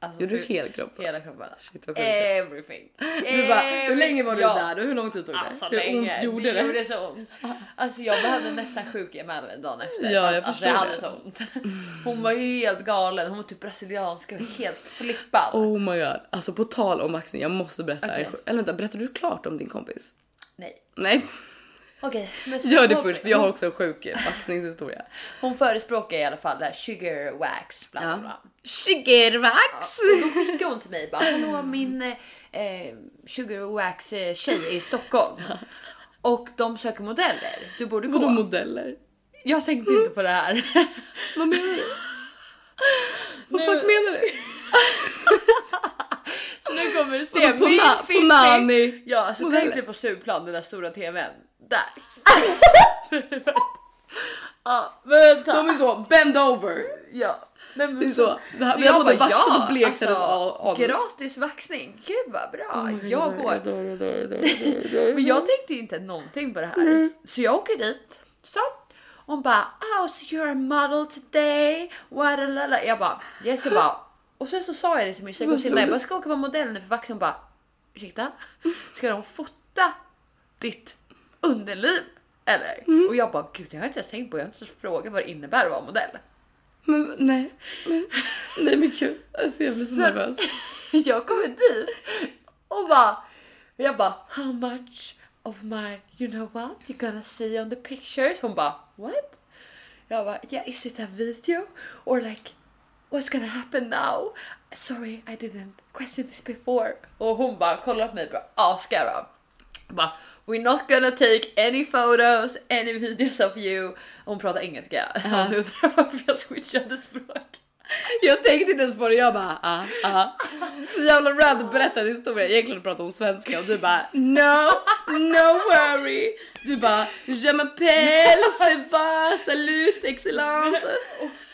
Speaker 2: Alltså,
Speaker 1: Gjorde du
Speaker 2: hur-
Speaker 1: helkroppen?
Speaker 2: Hela Eh, kroppen.
Speaker 1: Shit, vad sjukt.
Speaker 2: Everything.
Speaker 1: Du bara, hur länge var du
Speaker 2: Ehm, Ja.
Speaker 1: där och hur lång tid tog det?
Speaker 2: Alltså,
Speaker 1: hur ont
Speaker 2: länge.
Speaker 1: gjorde
Speaker 2: det?
Speaker 1: det?
Speaker 2: gjorde så ont. Alltså jag behövde nästan sjukanmäla mig dagen efter.
Speaker 1: Ja, jag
Speaker 2: alltså, jag
Speaker 1: förstår
Speaker 2: hade
Speaker 1: det.
Speaker 2: så ont. Hon var ju helt galen. Hon var typ brasiliansk och helt flippad.
Speaker 1: Oh my god. Alltså på tal om vaxning, jag måste berätta.
Speaker 2: Okej.
Speaker 1: Eller vänta, berättade du klart om din kompis?
Speaker 2: Nej,
Speaker 1: Nej.
Speaker 2: Okej, men så-
Speaker 1: Gör det
Speaker 2: hon-
Speaker 1: först för jag har också en sjuk eh, baxningshistoria.
Speaker 2: Hon förespråkar i alla fall det här sugar wax bla bla
Speaker 1: Ja.
Speaker 2: bla.
Speaker 1: Shigervax!
Speaker 2: Då skickade hon till mig bara “Hallå min eh, eh, sugar wax eh, tjej är i Stockholm och de söker modeller. Du borde
Speaker 1: Vadå
Speaker 2: gå.”
Speaker 1: modeller?
Speaker 2: Jag tänkte inte på det här.
Speaker 1: Vad menar du? Vad
Speaker 2: Nej,
Speaker 1: fuck
Speaker 2: men-
Speaker 1: menar du?
Speaker 2: Så nu kommer du se
Speaker 1: Vadå, på
Speaker 2: min
Speaker 1: na- på
Speaker 2: fiffi.
Speaker 1: Nani?
Speaker 2: Ja, alltså
Speaker 1: Modeller.
Speaker 2: tänk dig på Stureplan, den där stora tvn. Där. ja, men vänta.
Speaker 1: De är så bend over.
Speaker 2: Ja. Nej, men
Speaker 1: Det är så. Det här, vi
Speaker 2: jag
Speaker 1: har både
Speaker 2: bara,
Speaker 1: vaxat
Speaker 2: ja, alltså,
Speaker 1: och blekt hennes a- anus. Oh
Speaker 2: Gratis vaxning, gud vad bra. Oh jag går. Men jag tänkte ju inte någonting på det här. Så jag åker dit. Så. Hon bara oh so you're a model today. Wadalala. Jag bara yes jag bara. Och sen så sa jag det till min tjejkompis
Speaker 1: roligt.
Speaker 2: jag bara ska åka vara modell nu för vaxen Hon bara ursäkta ska de fota ditt underliv eller? Och jag bara gud jag har inte ens tänkt på jag har inte ens frågat vad det innebär att vara modell.
Speaker 1: Men nej, men, nej men gud. Alltså jag blir så nervös.
Speaker 2: jag kommer dit och bara, jag bara how much of my you know what you gonna see on the pictures? Hon bara what? Jag bara yeah is it a video or like what's gonna happen now? Sorry I didn't question this before. Och hon bara kollar på mig och askar bara. bara We're not gonna take any photos, any videos of you. Hon pratar engelska. Han undrar varför jag switchade språk.
Speaker 1: Jag tänkte inte ens på det, jag bara ah, ah. Så jävla random berättade historia. Egentligen pratade hon svenska och du bara no, no worry. Du bara je m'appelle, ça va, salut, excellent.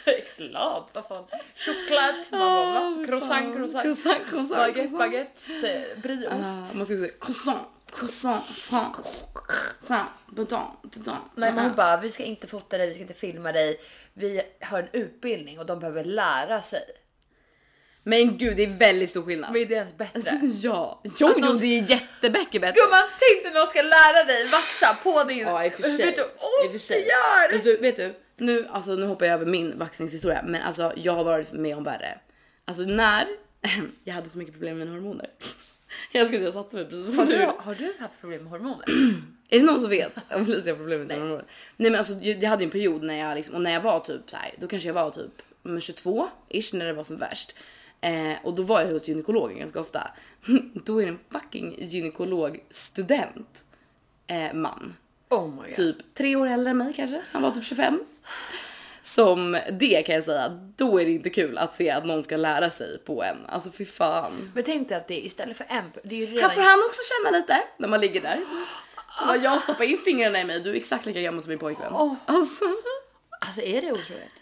Speaker 2: Excellent, vad fan. Choklad,
Speaker 1: Ah,
Speaker 2: mamma, croissant,
Speaker 1: fan.
Speaker 2: croissant.
Speaker 1: croissant, croissant,
Speaker 2: Baguette,
Speaker 1: croissant.
Speaker 2: baguette, eh, brieost.
Speaker 1: Ah, Man skulle säga croissant, croissant, france, croissant, Ah, bouton, bouton.
Speaker 2: Nej men hon bara, vi ska inte fota dig, vi ska inte filma dig. Vi har en utbildning och de behöver lära sig.
Speaker 1: ah. Men gud, det är väldigt stor skillnad.
Speaker 2: Men är det ens bättre?
Speaker 1: Ja, jo, jo det är jättemycket bättre.
Speaker 2: Gumman, tänk dig när de ska lära dig vaxa på din...
Speaker 1: Ja i och för sig.
Speaker 2: Vet du,
Speaker 1: I
Speaker 2: oh,
Speaker 1: och för sig.
Speaker 2: gör!
Speaker 1: Fast du, vet du, nu, alltså, nu hoppar jag över min vaxningshistoria men alltså jag har varit med om värre. Alltså när jag hade så mycket problem med mina hormoner. Jag älskar att jag satte mig precis som
Speaker 2: Har
Speaker 1: du.
Speaker 2: du,
Speaker 1: gjorde.
Speaker 2: har du haft problem med hormoner?
Speaker 1: Är det någon som vet om Felicia har problem med sina hormoner? Nej men alltså jag, jag hade ju en period när jag liksom, och när jag var typ så här, då kanske jag var typ 22 ish när det var som värst. Eh, och då var jag hos gynekologen ganska ofta. Då är det en fucking gynekologstudent eh, man
Speaker 2: Oh my god.
Speaker 1: typ tre år äldre än mig kanske. Han var typ 25. Som det kan jag säga, då är det inte kul att se att någon ska lära sig på en. Alltså fy fan.
Speaker 2: Men tänk dig att det istället för en... Det är ju
Speaker 1: Här
Speaker 2: redan...
Speaker 1: får han också känna lite när man ligger där. Så bara, jag stoppar in fingrarna i mig, du är exakt lika gammal som min pojkvän.
Speaker 2: Åh.
Speaker 1: Alltså,
Speaker 2: Alltså är det otroligt?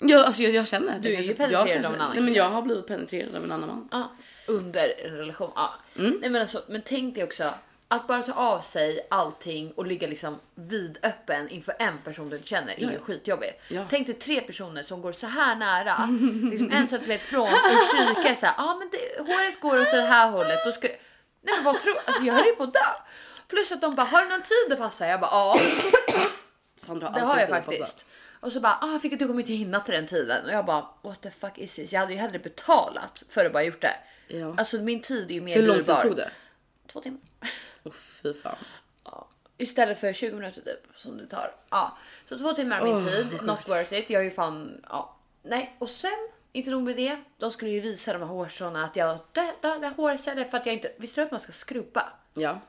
Speaker 1: jag, alltså, jag, jag känner att
Speaker 2: Du
Speaker 1: jag
Speaker 2: är ju
Speaker 1: kanske-
Speaker 2: penetrerad
Speaker 1: jag kanske-
Speaker 2: av en annan
Speaker 1: Nej men jag har blivit penetrerad av en annan man.
Speaker 2: Ja, under en relation. Ja.
Speaker 1: Mm.
Speaker 2: Nej, men, alltså, men tänk dig också att bara ta av sig allting och ligga liksom vidöppen inför en person du inte känner är ju skitjobbigt.
Speaker 1: Ja.
Speaker 2: Tänk dig tre personer som går så här nära, liksom en centimeter från och kikar så här. Ja, men det, håret går åt det här hållet. Då ska, nej, men vad tror alltså, Jag höll ju på att dö. Plus att de bara har du någon tid det passar? Jag bara ja,
Speaker 1: Sandra
Speaker 2: det
Speaker 1: alltid
Speaker 2: har jag
Speaker 1: tid att passa.
Speaker 2: faktiskt. Och så bara ah, fick att du kommer inte hinna till den tiden och jag bara what the fuck is this? Jag hade ju hellre betalat för att bara gjort det.
Speaker 1: Ja.
Speaker 2: Alltså min tid är ju mer
Speaker 1: Hur lång tid
Speaker 2: dyrbar.
Speaker 1: tog det?
Speaker 2: Två timmar.
Speaker 1: Åh fy fan.
Speaker 2: Ja. Istället för 20 minuter typ som det tar. Ja. Så två timmar av min
Speaker 1: Åh,
Speaker 2: tid,
Speaker 1: vad sjukt.
Speaker 2: not worth it. Jag är ju fan, ja. Nej och sen, inte nog med det. De skulle ju visa de här hårstråna att jag det, det, det hårceller för att jag inte, visste du att man ska skrubba?
Speaker 1: Ja.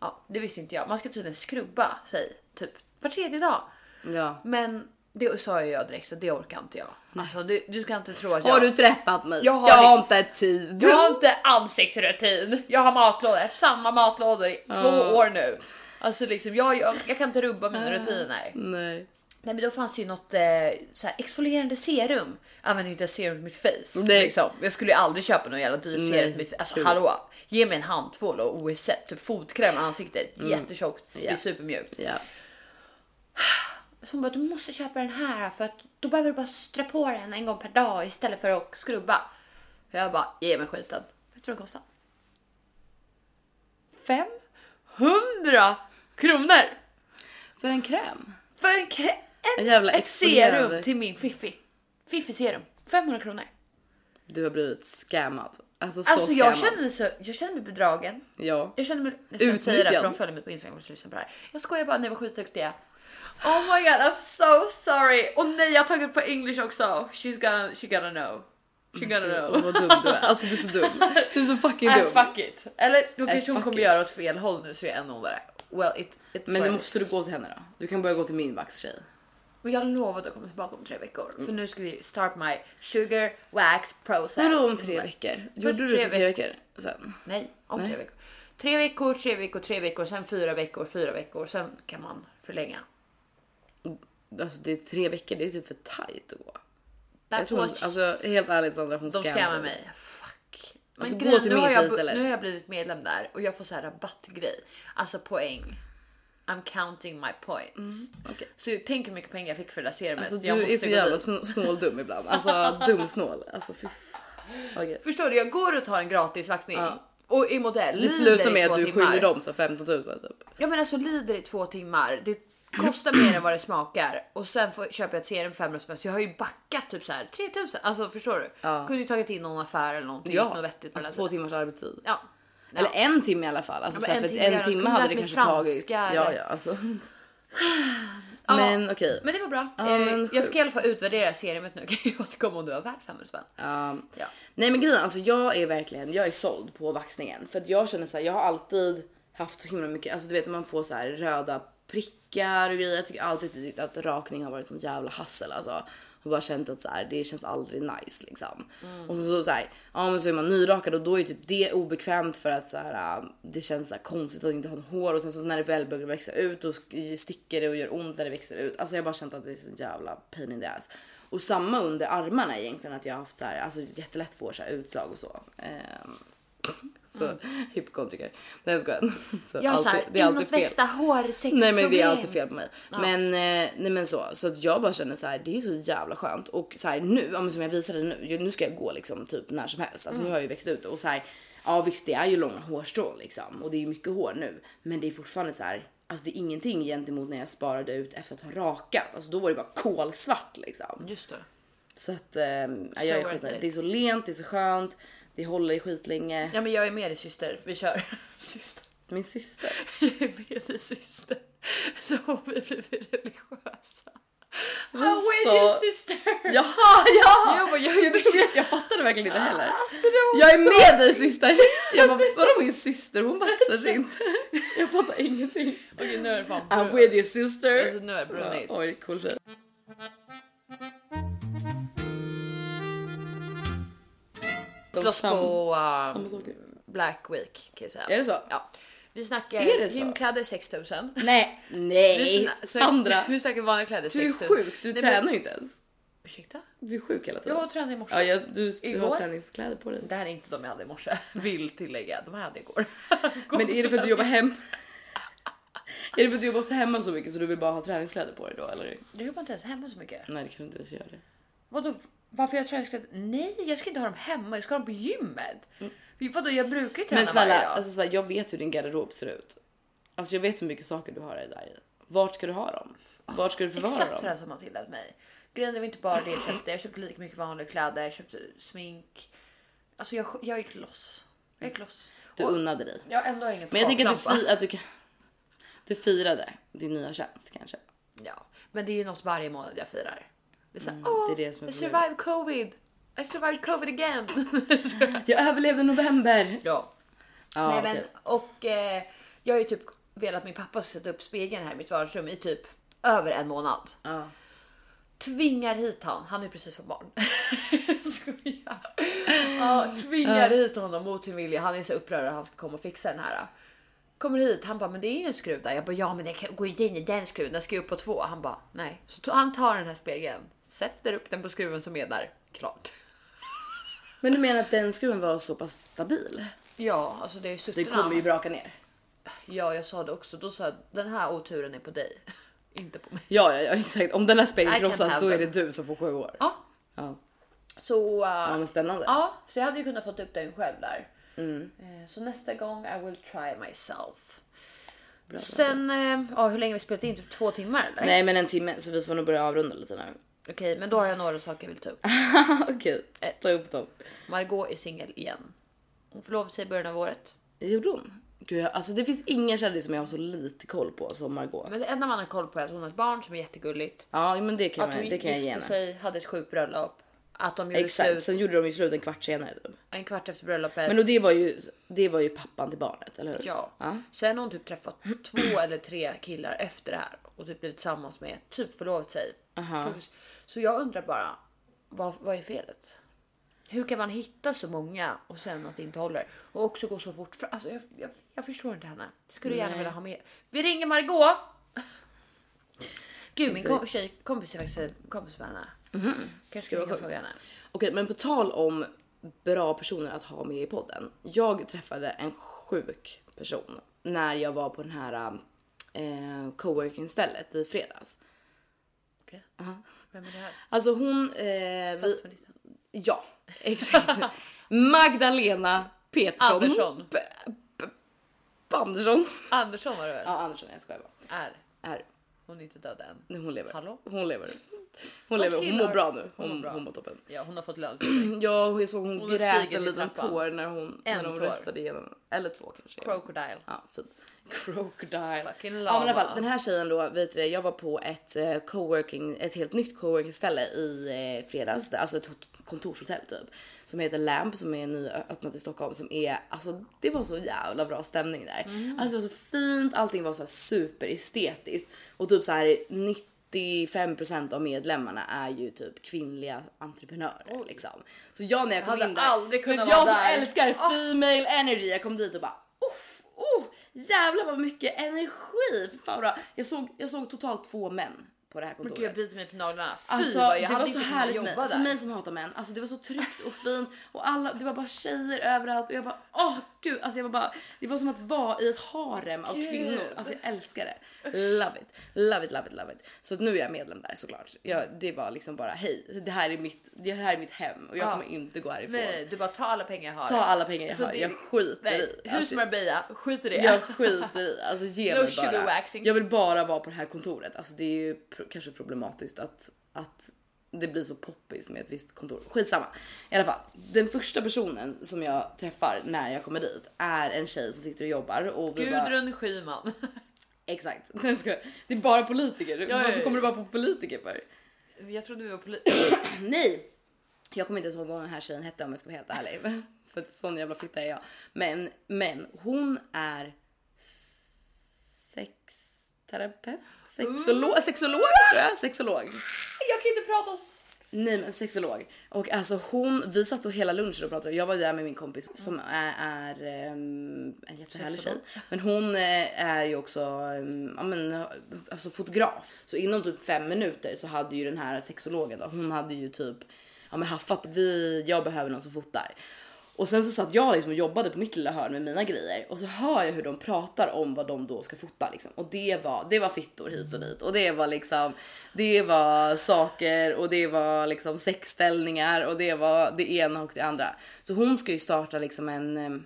Speaker 2: Ja det visste inte jag. Man ska tydligen skrubba sig typ var tredje dag.
Speaker 1: ja.
Speaker 2: Men det sa ju jag direkt så det orkar inte jag. Alltså du, du ska inte tro att jag...
Speaker 1: Har du träffat mig?
Speaker 2: Jag har
Speaker 1: inte tid.
Speaker 2: Jag har inte ansiktsrutin. Jag har matlådor. Jag har haft samma matlådor i två år nu. Alltså liksom, jag, jag, jag kan inte rubba mina rutiner.
Speaker 1: Nej.
Speaker 2: Nej men då fanns det ju något eh, så här, exfolierande serum. Jag använder ju inte serum i mitt face.
Speaker 1: Nej.
Speaker 2: Liksom. Jag skulle ju aldrig köpa något jävla dyrt serum.
Speaker 1: Nej,
Speaker 2: till mitt- Alltså
Speaker 1: kul.
Speaker 2: hallå! Ge mig en handtvål och oavsett, typ fotkräm i ansiktet. Jättetjockt, det är
Speaker 1: Mm. Ja.
Speaker 2: supermjukt.
Speaker 1: Ja.
Speaker 2: Så hon bara du måste köpa den här för att då behöver du bara strö på den en gång per dag istället för att skrubba. Och jag bara ge mig skiten. Vet du vad den kostar? 500 kronor
Speaker 1: För en kräm?
Speaker 2: för en krä- en,
Speaker 1: En jävla
Speaker 2: ett serum
Speaker 1: exfolierande.
Speaker 2: till min fiffi. Fiffi serum. 500 kronor.
Speaker 1: du har blivit scammad. Alltså så
Speaker 2: Alltså jag
Speaker 1: scammad.
Speaker 2: känner, mig så, jag känner mig bedragen.
Speaker 1: Ja.
Speaker 2: Jag känner mig... Jag ska inte säga det
Speaker 1: Utnyttjad.
Speaker 2: för de följer mig på Instagram och lyssnar på det här. Jag skojar bara, ni var skitduktiga. Oh my god I'm so sorry! Och nej jag har tagit på English också. She's gonna, she gonna know. She gonna
Speaker 1: Mm, Och
Speaker 2: know.
Speaker 1: vad dum du är. Alltså du är så dum. Du är så fucking
Speaker 2: Äh,
Speaker 1: dum.
Speaker 2: fuck it. Eller då
Speaker 1: Äh,
Speaker 2: kanske hon
Speaker 1: fuck
Speaker 2: kommer
Speaker 1: it.
Speaker 2: göra åt fel håll nu så är jag ännu ondare. Well, it, it's
Speaker 1: Men
Speaker 2: what
Speaker 1: nu
Speaker 2: it is.
Speaker 1: måste du gå till henne då. Du kan börja gå till min vaxtjej.
Speaker 2: Och jag lovar att jag kommer tillbaka om tre veckor.
Speaker 1: Mm.
Speaker 2: För nu ska vi start my sugar wax process.
Speaker 1: Vadå om tre veckor? Gjorde du det
Speaker 2: tre
Speaker 1: för tre veckor sen?
Speaker 2: Nej, om tre veckor. Tre veckor, tre veckor, tre veckor, sen fyra veckor, fyra veckor. Sen kan man förlänga.
Speaker 1: Alltså det är tre veckor, det är typ för tajt att gå. Jag
Speaker 2: That
Speaker 1: tror hon,
Speaker 2: was,
Speaker 1: alltså helt ärligt Sandra, hon
Speaker 2: de
Speaker 1: scammar
Speaker 2: scammar mig. Fuck. Men
Speaker 1: Alltså, gå
Speaker 2: grejen,
Speaker 1: till
Speaker 2: nu,
Speaker 1: min
Speaker 2: har
Speaker 1: tjej
Speaker 2: jag,
Speaker 1: istället.
Speaker 2: bu- nu har jag blivit medlem där och jag får så här rabattgrej. Alltså poäng. I'm counting my points.
Speaker 1: okej.
Speaker 2: Så tänk hur mycket pengar jag fick för det där serumet.
Speaker 1: Mm. Alltså
Speaker 2: jag
Speaker 1: du är så
Speaker 2: gå
Speaker 1: jävla
Speaker 2: dit.
Speaker 1: sn- snål dum ibland. Alltså dumsnål. Alltså fy fan. Okej.
Speaker 2: Förstår du? Jag går och tar en gratis vaktning.
Speaker 1: Ja.
Speaker 2: Och i modell.
Speaker 1: Det
Speaker 2: lider
Speaker 1: slutar
Speaker 2: i
Speaker 1: med
Speaker 2: två
Speaker 1: att du
Speaker 2: timmar.
Speaker 1: skyller dem så 15 000 typ.
Speaker 2: Ja men alltså lider i två timmar. Det kostar mer än vad det smakar och sen får, köper jag ett serum för 500 spänn. Så jag har ju backat typ så här 3000. Alltså förstår du?
Speaker 1: Ja.
Speaker 2: Kunde ju tagit in någon affär eller någonting. gjort Något
Speaker 1: Ja,
Speaker 2: vettigt med
Speaker 1: alltså
Speaker 2: den
Speaker 1: två timmars arbetstid.
Speaker 2: tiden. ja.
Speaker 1: Eller en timme i alla fall. Alltså,
Speaker 2: Ja,
Speaker 1: så
Speaker 2: men
Speaker 1: här,
Speaker 2: en
Speaker 1: för
Speaker 2: timme
Speaker 1: att en
Speaker 2: gärna.
Speaker 1: timme
Speaker 2: Kunde
Speaker 1: hade det
Speaker 2: lärt mig
Speaker 1: kanske tagit.
Speaker 2: franska
Speaker 1: Ja,
Speaker 2: eller-
Speaker 1: ja, alltså.
Speaker 2: Ja.
Speaker 1: Men okej.
Speaker 2: Men det var bra.
Speaker 1: Ja,
Speaker 2: Eh,
Speaker 1: men
Speaker 2: jag
Speaker 1: sjukt.
Speaker 2: ska i alla fall utvärdera serumet nu. Kan jag återkomma om du har värt 500 spänn?
Speaker 1: Ja.
Speaker 2: Ja.
Speaker 1: Ehm, Nej men grejen alltså jag är verkligen, jag är såld på vaxningen för att jag känner så här, jag har alltid haft så himla mycket, alltså du vet man får så här röda prickar och grejer. Jag tycker alltid tyckt att rakning har varit sån jävla hassel alltså. Och bara känt att så här, det känns aldrig nice liksom. Och så, så, så här, ja men så är man nyrakad och då är typ det obekvämt för att så här, äh, det känns så här konstigt att inte ha något hår och sen så när det väl börjar växa ut och sticker det och gör ont när det växer ut. Alltså jag har bara känt att det är så jävla pain in the ass. Och samma under armarna egentligen att jag har haft så här, alltså jättelätt får så här utslag och så. Ehm, så hypokondriker. Nej jag skojar. Så
Speaker 2: Mm. Jag har
Speaker 1: alltid-
Speaker 2: såhär
Speaker 1: det är alltid
Speaker 2: inåt
Speaker 1: fel.
Speaker 2: växta hår, sex
Speaker 1: Nej men det är
Speaker 2: problem.
Speaker 1: alltid fel på mig. Men, eh, nej, men så. Så att jag bara känner så här, det är så jävla skönt. Och så här nu, ja, men som jag visade nu, ju- nu ska jag gå liksom typ när som helst.
Speaker 2: Mm.
Speaker 1: Alltså nu har jag ju växt ut och så här, ja visst det är ju långa hårstrån liksom och det är ju mycket hår nu. Men det är fortfarande så här, alltså det är ingenting gentemot när jag sparade ut efter att ha rakat. Alltså då var det bara kolsvart liksom.
Speaker 2: Just det.
Speaker 1: Så att eh, ja,
Speaker 2: So
Speaker 1: jag är
Speaker 2: worth
Speaker 1: skitnöjd.
Speaker 2: it.
Speaker 1: Det är så lent, det är så skönt, det håller i skitlänge.
Speaker 2: Ja men jag är med dig syster. Vi kör. Syster.
Speaker 1: Min syster.
Speaker 2: Jag är med dig syster. Så har vi blivit religiösa. I'm
Speaker 1: Men
Speaker 2: with
Speaker 1: så- Ah,
Speaker 2: you sister!
Speaker 1: Jaha, ja!
Speaker 2: Jag bara, jag är
Speaker 1: jag, det tog jag, jag fattade verkligen inte heller.
Speaker 2: var
Speaker 1: Jag är med dig syster. Jag bara, vadå min syster? Hon vaxar sig inte. Jag fattar ingenting.
Speaker 2: Okej nu är det fan
Speaker 1: I'm with you sister.
Speaker 2: Alltså, nu är det brunnit.
Speaker 1: Ja, Oj, cool tjej. De
Speaker 2: Plus
Speaker 1: sam-
Speaker 2: på uh,
Speaker 1: samma saker.
Speaker 2: Black Week kan jag säga.
Speaker 1: Är det så?
Speaker 2: Ja. Vi snackar
Speaker 1: Är det så?
Speaker 2: gymkläder 6000.
Speaker 1: Nej,
Speaker 2: Vi
Speaker 1: nej
Speaker 2: sna- snack-
Speaker 1: Sandra.
Speaker 2: Vi snackar vanliga kläder
Speaker 1: Du är
Speaker 2: 6000.
Speaker 1: sjuk, du
Speaker 2: Nej, men-
Speaker 1: tränar ju inte ens.
Speaker 2: Ursäkta?
Speaker 1: Du är sjuk hela tiden.
Speaker 2: Jag var och tränade i morse.
Speaker 1: Ja, jag, du, du har
Speaker 2: Igår?
Speaker 1: träningskläder på dig.
Speaker 2: Det här är inte de jag hade i morse. Vill tillägga. De här hade jag igår.
Speaker 1: Men är det för att du jobbar hem? Är det för att du jobbar så hemma så mycket så du vill bara ha träningskläder på dig då eller?
Speaker 2: Jag jobbar inte ens hemma så mycket.
Speaker 1: Nej det kanske inte ens gör det.
Speaker 2: Vadå? Varför jag träningskläder? Nej, jag ska inte ha dem hemma. Jag ska ha dem på gymmet. Vadå? Jag brukar ju träna
Speaker 1: Mm. Men snälla,
Speaker 2: varje dag.
Speaker 1: alltså, så här, jag vet hur din garderob ser ut. Alltså jag vet hur mycket saker du har där i. Vart ska du ha dem? Vart ska du förvara
Speaker 2: Exakt
Speaker 1: dem?
Speaker 2: sådär som Matilda åt mig. Grejen var inte bara det jag köpte. Jag köpte lika mycket vanliga kläder, jag köpte smink. Alltså jag, jag gick loss. Jag gick loss.
Speaker 1: Du
Speaker 2: Och
Speaker 1: unnade dig.
Speaker 2: jag ändå har ingen
Speaker 1: Men jag tänker att du,
Speaker 2: taklampa.
Speaker 1: fi- att du kan... Du firade din nya tjänst kanske.
Speaker 2: Ja, men det är ju något varje månad jag firar. Det är såhär,
Speaker 1: Mm,
Speaker 2: åh,
Speaker 1: det är det som är
Speaker 2: I survived covid. I survived covid again. Så-
Speaker 1: Jag överlevde november!
Speaker 2: ja.
Speaker 1: Ja,
Speaker 2: Nej,
Speaker 1: okej.
Speaker 2: men, och eh, jag har ju typ velat att min pappa ska sätta upp spegeln här i mitt vardagsrum i typ över en månad.
Speaker 1: Ja.
Speaker 2: Tvingar hit han. Han är ju precis för barn. Skojar. Ja, tvingar hit honom mot sin vilja. Han är så upprörd att han ska komma och fixa den här. Kommer hit, han bara men det är ju en skruv där. Jag bara ja men den kan- går ju inte in i den skruven, den ska ju upp på två. Han bara nej. Så to- han tar den här spegeln, sätter upp den på skruven som är där. Klart.
Speaker 1: Men du menar att den skruven var så pass stabil?
Speaker 2: Ja, alltså det är ju
Speaker 1: Det
Speaker 2: suttit
Speaker 1: kommer ju braka ner.
Speaker 2: Ja, jag sa det också. Då sa jag den här oturen är på dig, inte på mig.
Speaker 1: Ja, ja, ja exakt. Om den här spegeln
Speaker 2: I can
Speaker 1: krossas
Speaker 2: have
Speaker 1: då är det
Speaker 2: them.
Speaker 1: du som får sju år.
Speaker 2: Ja,
Speaker 1: Ja,
Speaker 2: så. eh,
Speaker 1: ja men spännande.
Speaker 2: Ja, så jag hade ju kunnat fått upp den själv där.
Speaker 1: Mm.
Speaker 2: Eh, Så nästa gång I will try myself. Sen, eh, ja, hur länge har vi spelat in? Typ två timmar eller?
Speaker 1: Nej men en timme så vi får nog börja avrunda lite nu.
Speaker 2: Okej, men då har jag några saker jag vill ta upp.
Speaker 1: Okej, ta upp dem.
Speaker 2: Margot är singel igen. Hon förlovade sig i början av året.
Speaker 1: Gjorde hon? Gud, jag, alltså det finns ingen kändis som jag har så lite koll på som Margot.
Speaker 2: Men det enda man har koll på är att hon har ett barn som är jättegulligt.
Speaker 1: Ja, men det kan,
Speaker 2: Att
Speaker 1: man,
Speaker 2: hon
Speaker 1: det kan jag ge
Speaker 2: gifte
Speaker 1: henne.
Speaker 2: sig, hade ett sjukt bröllop. Att de gjorde
Speaker 1: Exakt, sen
Speaker 2: slut
Speaker 1: gjorde de ju slut en kvart senare. Typ.
Speaker 2: en kvart efter bröllopet.
Speaker 1: Men och det var ju, det var ju pappan till barnet, eller hur?
Speaker 2: Ja.
Speaker 1: Ja.
Speaker 2: Sen har hon typ träffat två eller tre killar efter det här och typ blivit tillsammans med, typ förlovat sig. Typ.
Speaker 1: Aha.
Speaker 2: Så jag undrar bara, vad, vad är felet? Hur kan man hitta så många och sen att det inte håller? Och också gå så fort fram. Alltså jag, jag, jag förstår inte henne. Skulle gärna vilja ha med. Vi ringer Margot! Gud min kom, tjej, kompis är faktiskt kompis med henne.
Speaker 1: Mhm.
Speaker 2: Kanske ska vi ringa och fråga henne.
Speaker 1: Okej, men på tal om bra personer att ha med i podden. Jag träffade en sjuk person när jag var på den här eh, coworking stället i fredags.
Speaker 2: Okej. Vem är det här?
Speaker 1: Alltså hon... Eh, vi,
Speaker 2: Statsministern?
Speaker 1: ja, exakt. Magdalena Petersson.
Speaker 2: Andersson.
Speaker 1: B- B- Bandersson.
Speaker 2: Andersson var det väl?
Speaker 1: Ja, Andersson. Jag skojar bara.
Speaker 2: Är.
Speaker 1: Är
Speaker 2: Hon är inte död än.
Speaker 1: Nej, hon lever.
Speaker 2: Hallå?
Speaker 1: Hon lever. Hon, lever. hon mår
Speaker 2: killar.
Speaker 1: bra nu. Hon,
Speaker 2: Hon mår
Speaker 1: hon,
Speaker 2: bra.
Speaker 1: mår toppen.
Speaker 2: Ja, hon har fått lön.
Speaker 1: Ja, och jag såg hon,
Speaker 2: Hon
Speaker 1: grät
Speaker 2: stiger
Speaker 1: en
Speaker 2: i
Speaker 1: liten
Speaker 2: trappan.
Speaker 1: tår när hon,
Speaker 2: En
Speaker 1: när hon
Speaker 2: tår.
Speaker 1: röstade igenom. Eller två kanske.
Speaker 2: Crocodile.
Speaker 1: Ja, fint. Crocodile. Ja,
Speaker 2: Fucking
Speaker 1: men i alla
Speaker 2: lama.
Speaker 1: fall, den här tjejen då, vet du, det, jag var på ett eh, coworking, ett helt nytt coworking ställe i eh, fredags, alltså ett hot- kontorshotell typ som heter Lamp som är nyöppnat i Stockholm som är alltså. Det var så jävla bra stämning där.
Speaker 2: Mm.
Speaker 1: Alltså det var så fint. Allting var så här superestetiskt och typ så här 95% av medlemmarna är ju typ kvinnliga entreprenörer liksom. Så jag när jag kom
Speaker 2: hade
Speaker 1: in där.
Speaker 2: aldrig kunnat
Speaker 1: vet,
Speaker 2: vara
Speaker 1: jag som
Speaker 2: där.
Speaker 1: älskar female energy. Jag kom dit och bara uff, oh, jävlar vad mycket energi. Fy Fan vad bra. Jag såg, jag såg totalt två män på det här kontoret.
Speaker 2: Gud, jag bryter mig på naglarna. Fy
Speaker 1: Alltså,
Speaker 2: vad jag
Speaker 1: det
Speaker 2: hade
Speaker 1: var
Speaker 2: inte
Speaker 1: så
Speaker 2: kunnat
Speaker 1: härligt för mig,
Speaker 2: jobba
Speaker 1: för
Speaker 2: där.
Speaker 1: mig som hatar män. Alltså, det var så tryggt och fint och alla, det var bara tjejer överallt och jag bara åh gud, alltså jag var bara, det var som att vara i ett harem av kvinnor. Alltså jag älskar det. Love it, love it, love it, love it. Så att nu är jag medlem där såklart. Jag, det var liksom bara hej, det här är mitt, det här är mitt hem och jag
Speaker 2: Ja.
Speaker 1: kommer inte gå härifrån.
Speaker 2: Nej, nej, du bara ta alla pengar jag har.
Speaker 1: Ta alla pengar jag
Speaker 2: Alltså, Så
Speaker 1: har,
Speaker 2: det-
Speaker 1: jag skiter
Speaker 2: Nej,
Speaker 1: i.
Speaker 2: hur
Speaker 1: Alltså,
Speaker 2: som Marbella, skit i det.
Speaker 1: jag skiter i, alltså ge
Speaker 2: No
Speaker 1: mig
Speaker 2: sugar
Speaker 1: bara.
Speaker 2: waxing.
Speaker 1: Jag vill bara vara på det här kontoret. Alltså det är ju pro- kanske problematiskt att, att det blir så poppis med ett visst kontor. Skitsamma. I alla fall, den första personen som jag träffar när jag kommer dit är en tjej som sitter och jobbar och vi bara,
Speaker 2: Gudrun Schyman.
Speaker 1: Exakt. Nej, jag skojar. Det är bara politiker.
Speaker 2: ja,
Speaker 1: Varför
Speaker 2: ja.
Speaker 1: kommer du bara på politiker för?
Speaker 2: Jag trodde vi var poli...
Speaker 1: Nej! Jag kommer inte ens ihåg vad den här tjejen hette om jag ska vara helt ärlig. För att sån jävla fitta är jag. Men, men hon är sexterapeut? Sexolog? Sexolog tror jag. Sexolog.
Speaker 2: Jag kan inte prata om sex.
Speaker 1: Nej men sexolog. Och alltså hon, vi satt och hela lunchen och pratade. Jag var där med min kompis som är, är ehm, en jättehärlig tjej.
Speaker 2: Sexolog.
Speaker 1: Men hon eh, är ju också ehm, ja, men, alltså fotograf. Så inom typ fem minuter så hade ju den här sexologen då, hon hade ju typ ja, men haffat vi, jag behöver någon som fotar. Och sen så satt jag liksom och jobbade på mitt lilla hörn med mina grejer och så hör jag hur de pratar om vad de då ska fota liksom. Och det var, det var fittor hit och dit och det var liksom, det var saker och det var liksom sexställningar och det var det ena och det andra. Så hon ska ju starta liksom en ehm,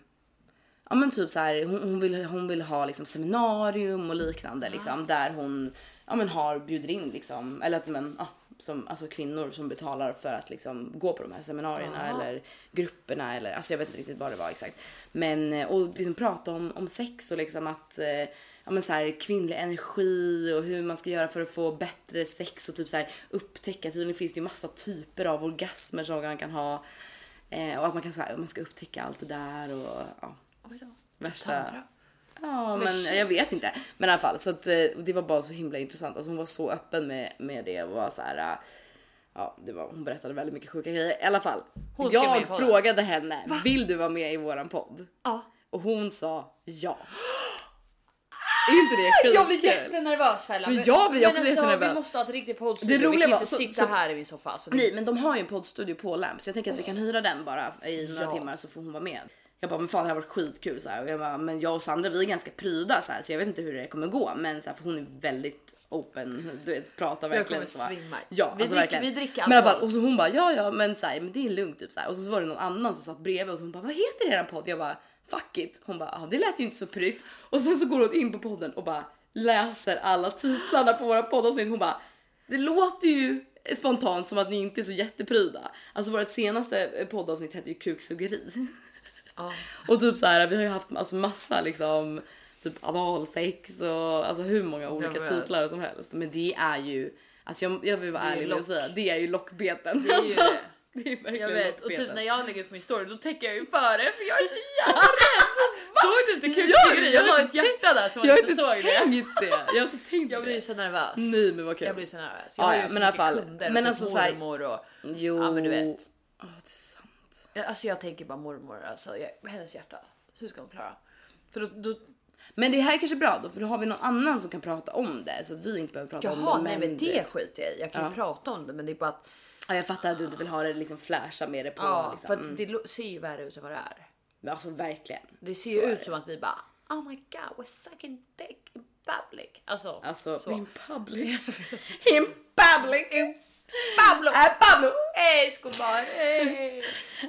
Speaker 1: ja men typ så här, hon, hon, vill, hon vill ha liksom seminarium och liknande liksom där hon ja men har bjuder in liksom eller att men ja, som alltså kvinnor som betalar för att liksom gå på de här seminarierna
Speaker 2: Aha.
Speaker 1: eller grupperna eller alltså jag vet inte riktigt vad det var exakt. Men eh, och liksom prata om, om sex och liksom att eh, ja men så här kvinnlig energi och hur man ska göra för att få bättre sex och typ så här upptäcka tydligen finns det ju massa typer av orgasmer som man kan ha eh, och att man kan så här, man ska upptäcka allt det där och ja.
Speaker 2: Oj då.
Speaker 1: Värsta...
Speaker 2: Tantra.
Speaker 1: Ja, men
Speaker 2: shit.
Speaker 1: jag vet inte. Men i alla fall så att eh, det var bara så himla intressant. Alltså hon var så öppen med, med det och var så här. eh, Ja, det var, hon berättade väldigt mycket sjuka grejer. I alla fall.
Speaker 2: Hon ska med i
Speaker 1: jag
Speaker 2: podden.
Speaker 1: frågade henne, vill du vara med i våran podd?
Speaker 2: Ja.
Speaker 1: Och hon sa ja. Är inte det
Speaker 2: Jag blir
Speaker 1: skitkul?
Speaker 2: jättenervös Fella.
Speaker 1: Men jag blir också jättenervös.
Speaker 2: alltså, Vi måste ha ett riktigt
Speaker 1: Det
Speaker 2: poddstudio.
Speaker 1: roliga
Speaker 2: Vi kan
Speaker 1: var-
Speaker 2: inte
Speaker 1: så-
Speaker 2: sitta
Speaker 1: så-
Speaker 2: här i min soffa. alltså, Så
Speaker 1: Nej, men de har ju en poddstudio på Lamp så jag tänker att vi kan hyra den bara i några
Speaker 2: Ja.
Speaker 1: timmar så får hon vara med. Jag bara, men fan det här har varit skitkul så här. Och jag bara, men jag och Sandra vi är ganska pryda så här så jag vet inte hur det kommer gå. Men så här, för hon är väldigt open, du vet pratar verkligen.
Speaker 2: kommer
Speaker 1: så här.
Speaker 2: svimma.
Speaker 1: Ja,
Speaker 2: Vi
Speaker 1: alltså
Speaker 2: dricker-
Speaker 1: verkligen.
Speaker 2: vi dricker
Speaker 1: men i alla
Speaker 2: alkohol.
Speaker 1: fall, och så hon bara, ja ja men så här, men det är lugnt typ så här. Och så var det någon annan som satt bredvid och hon bara, vad heter eran podd? Jag bara, fuck it. Hon bara, ah, det lät ju inte så prygt. Och sen så går hon in på podden och bara läser alla titlarna på våra poddavsnitt. Hon bara, det låter ju spontant som att ni inte är så jättepryda. Alltså vårt senaste poddavsnitt hette ju kuksugeri.
Speaker 2: Ja.
Speaker 1: Och typ så här, vi har ju haft alltså massa liksom typ analsex och alltså hur många olika
Speaker 2: vet.
Speaker 1: titlar som helst. Men det är ju, alltså jag, jag vill vara
Speaker 2: Det är ju
Speaker 1: ärlig och
Speaker 2: lock.
Speaker 1: säga, det är ju lockbeten.
Speaker 2: Det är ju
Speaker 1: alltså,
Speaker 2: det.
Speaker 1: det är verkligen
Speaker 2: Jag vet och
Speaker 1: lockbeten.
Speaker 2: typ när jag lägger ut min story då tänker jag ju före för jag är så jävla rädd. Såg du inte
Speaker 1: Gör det?
Speaker 2: kuksugeri?
Speaker 1: Jag
Speaker 2: Jag
Speaker 1: har
Speaker 2: har ett
Speaker 1: inte
Speaker 2: hjärta där som
Speaker 1: jag
Speaker 2: jag
Speaker 1: har
Speaker 2: inte
Speaker 1: inte
Speaker 2: såg det.
Speaker 1: tänkt det. Jag har inte tänkt
Speaker 2: Jag blir ju
Speaker 1: det.
Speaker 2: så nervös.
Speaker 1: Nej men vad kul.
Speaker 2: Jag blir så nervös. Jag
Speaker 1: Ja,
Speaker 2: har ju
Speaker 1: ja,
Speaker 2: så
Speaker 1: men i
Speaker 2: mycket
Speaker 1: alla fall.
Speaker 2: kunder
Speaker 1: Men
Speaker 2: och
Speaker 1: alltså så här-
Speaker 2: mormor och
Speaker 1: Jo.
Speaker 2: ja men du vet.
Speaker 1: Ja, det är sant.
Speaker 2: Alltså jag tänker bara mormor alltså jag, hennes hjärta. Hur ska hon klara? För då, då
Speaker 1: Men det här är kanske är bra då för då har vi någon annan som kan prata om det så att vi inte behöver prata
Speaker 2: jaha
Speaker 1: om det.
Speaker 2: nej men
Speaker 1: du
Speaker 2: det
Speaker 1: vet.
Speaker 2: skiter jag i. Jag kan ju
Speaker 1: Ja.
Speaker 2: prata om det men det är bara att
Speaker 1: Ja, jag fattar att du inte vill ha det liksom flasha med det på
Speaker 2: ja, Mm.
Speaker 1: liksom.
Speaker 2: för att det lo- ser ju värre ut än vad det är.
Speaker 1: Men alltså verkligen.
Speaker 2: Det ser
Speaker 1: Så
Speaker 2: ju
Speaker 1: är
Speaker 2: ut
Speaker 1: det.
Speaker 2: som att vi bara Oh my god we're sucking dick in public. Alltså,
Speaker 1: Alltså
Speaker 2: så.
Speaker 1: in public. in public. In
Speaker 2: Pablo!
Speaker 1: Äh, Pablo.
Speaker 2: Hej skobar! Hey.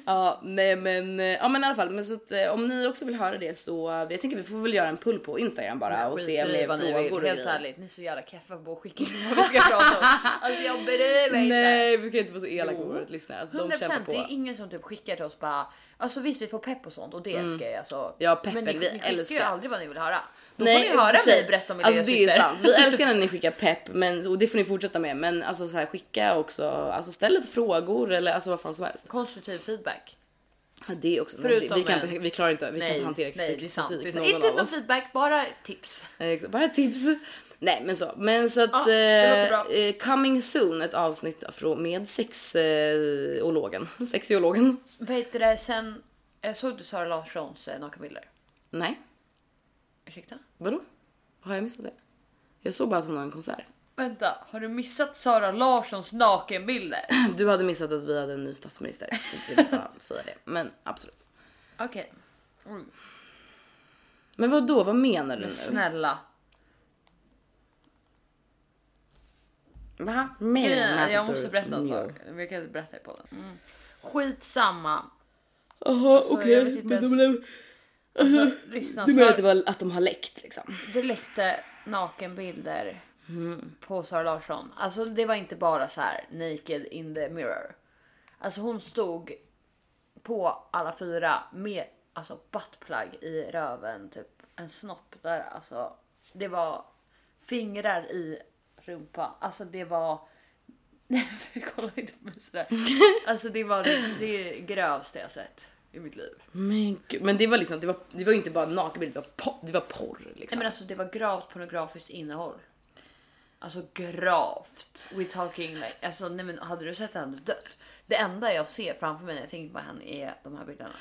Speaker 1: Ja, nej men eh, ja men i alla fall men så att, eh, om ni också vill höra det så eh, jag tänker vi får väl göra en pull på Instagram bara och se om det är
Speaker 2: vad ni
Speaker 1: frågor
Speaker 2: vill.
Speaker 1: och
Speaker 2: Helt
Speaker 1: grejer.
Speaker 2: ärligt, ni är så jävla keffa på att skicka in vad vi ska prata om. Alltså jag bryr mig inte.
Speaker 1: Nej, vi kan inte vara så elaka mot
Speaker 2: Jo.
Speaker 1: våra lyssnare. Alltså, de
Speaker 2: 100%
Speaker 1: kämpar på.
Speaker 2: det är ingen som typ skickar till oss bara alltså visst vi får pepp och sånt och det älskar jag alltså.
Speaker 1: Mm. Ja, peppen,
Speaker 2: men ni,
Speaker 1: vi
Speaker 2: ni skickar ju
Speaker 1: älskar.
Speaker 2: aldrig vad ni vill höra. Då
Speaker 1: Nej,
Speaker 2: får ni höra
Speaker 1: i och för sig.
Speaker 2: mig berätta om min
Speaker 1: Alltså
Speaker 2: lilla
Speaker 1: det är
Speaker 2: syster.
Speaker 1: sant. Vi älskar när ni skickar pepp men, och det får ni fortsätta med. Men alltså så här, skicka också, alltså ställ lite frågor eller alltså vad fan som helst.
Speaker 2: Konstruktiv feedback.
Speaker 1: Ja, det är också
Speaker 2: Förutom
Speaker 1: vi, kan
Speaker 2: en-
Speaker 1: inte, vi klarar inte, vi kan inte hantera
Speaker 2: nej,
Speaker 1: kritik.
Speaker 2: det är sant. Det är
Speaker 1: kritik,
Speaker 2: sant.
Speaker 1: någon
Speaker 2: Inte
Speaker 1: av
Speaker 2: någon
Speaker 1: oss.
Speaker 2: feedback, bara tips.
Speaker 1: Eh, exakt. Bara tips. Nej men så, men så att
Speaker 2: Ja, det låter bra.
Speaker 1: eh, eh, coming soon ett avsnitt från, med sexologen, sexiologen.
Speaker 2: Vad heter det sen? eh, Såg du Sara Larssons eh, nakenbilder?
Speaker 1: Nej,
Speaker 2: Ursäkta?
Speaker 1: vadå? Har jag missat det? Jag såg bara att hon har en konsert.
Speaker 2: Vänta, har du missat Sara Larssons nakenbilder?
Speaker 1: Du hade missat att vi hade en ny statsminister. Så att jag vill bara säga det. Men absolut.
Speaker 2: Okej,
Speaker 1: Men vad då? Vad menar du nu?
Speaker 2: snälla.
Speaker 1: Va?
Speaker 2: Grejen är
Speaker 1: Menar
Speaker 2: att Jag måste
Speaker 1: du?
Speaker 2: berätta alltså. en
Speaker 1: Ja.
Speaker 2: sak. Men Jag kan inte berätta det på den. Mm. Skitsamma.
Speaker 1: Jaha
Speaker 2: Så jag vet
Speaker 1: okej.
Speaker 2: inte
Speaker 1: Men de
Speaker 2: ens-
Speaker 1: blev-
Speaker 2: Lyssna,
Speaker 1: Du menar typ att
Speaker 2: Sara-
Speaker 1: det var att de har läckt liksom?
Speaker 2: det läckte nakenbilder på Sara Larsson. Alltså det var inte bara så här naked in the mirror. Alltså hon stod på alla fyra med alltså buttplug i röven, typ en snopp där. Alltså det var fingrar i rumpa. Alltså det var. Nej, kolla inte på mig sådär. Alltså det var det, det grövsta jag sett i mitt liv.
Speaker 1: Men gud. Men det var liksom, det var, det var inte bara nakenbild, det var, po- det var porr
Speaker 2: Nej
Speaker 1: liksom.
Speaker 2: men alltså det var gravt pornografiskt innehåll. Alltså gravt. We talking like, alltså nej men hade du sett det hade du dött. Det enda jag ser framför mig när jag tänker på henne är de här bilderna.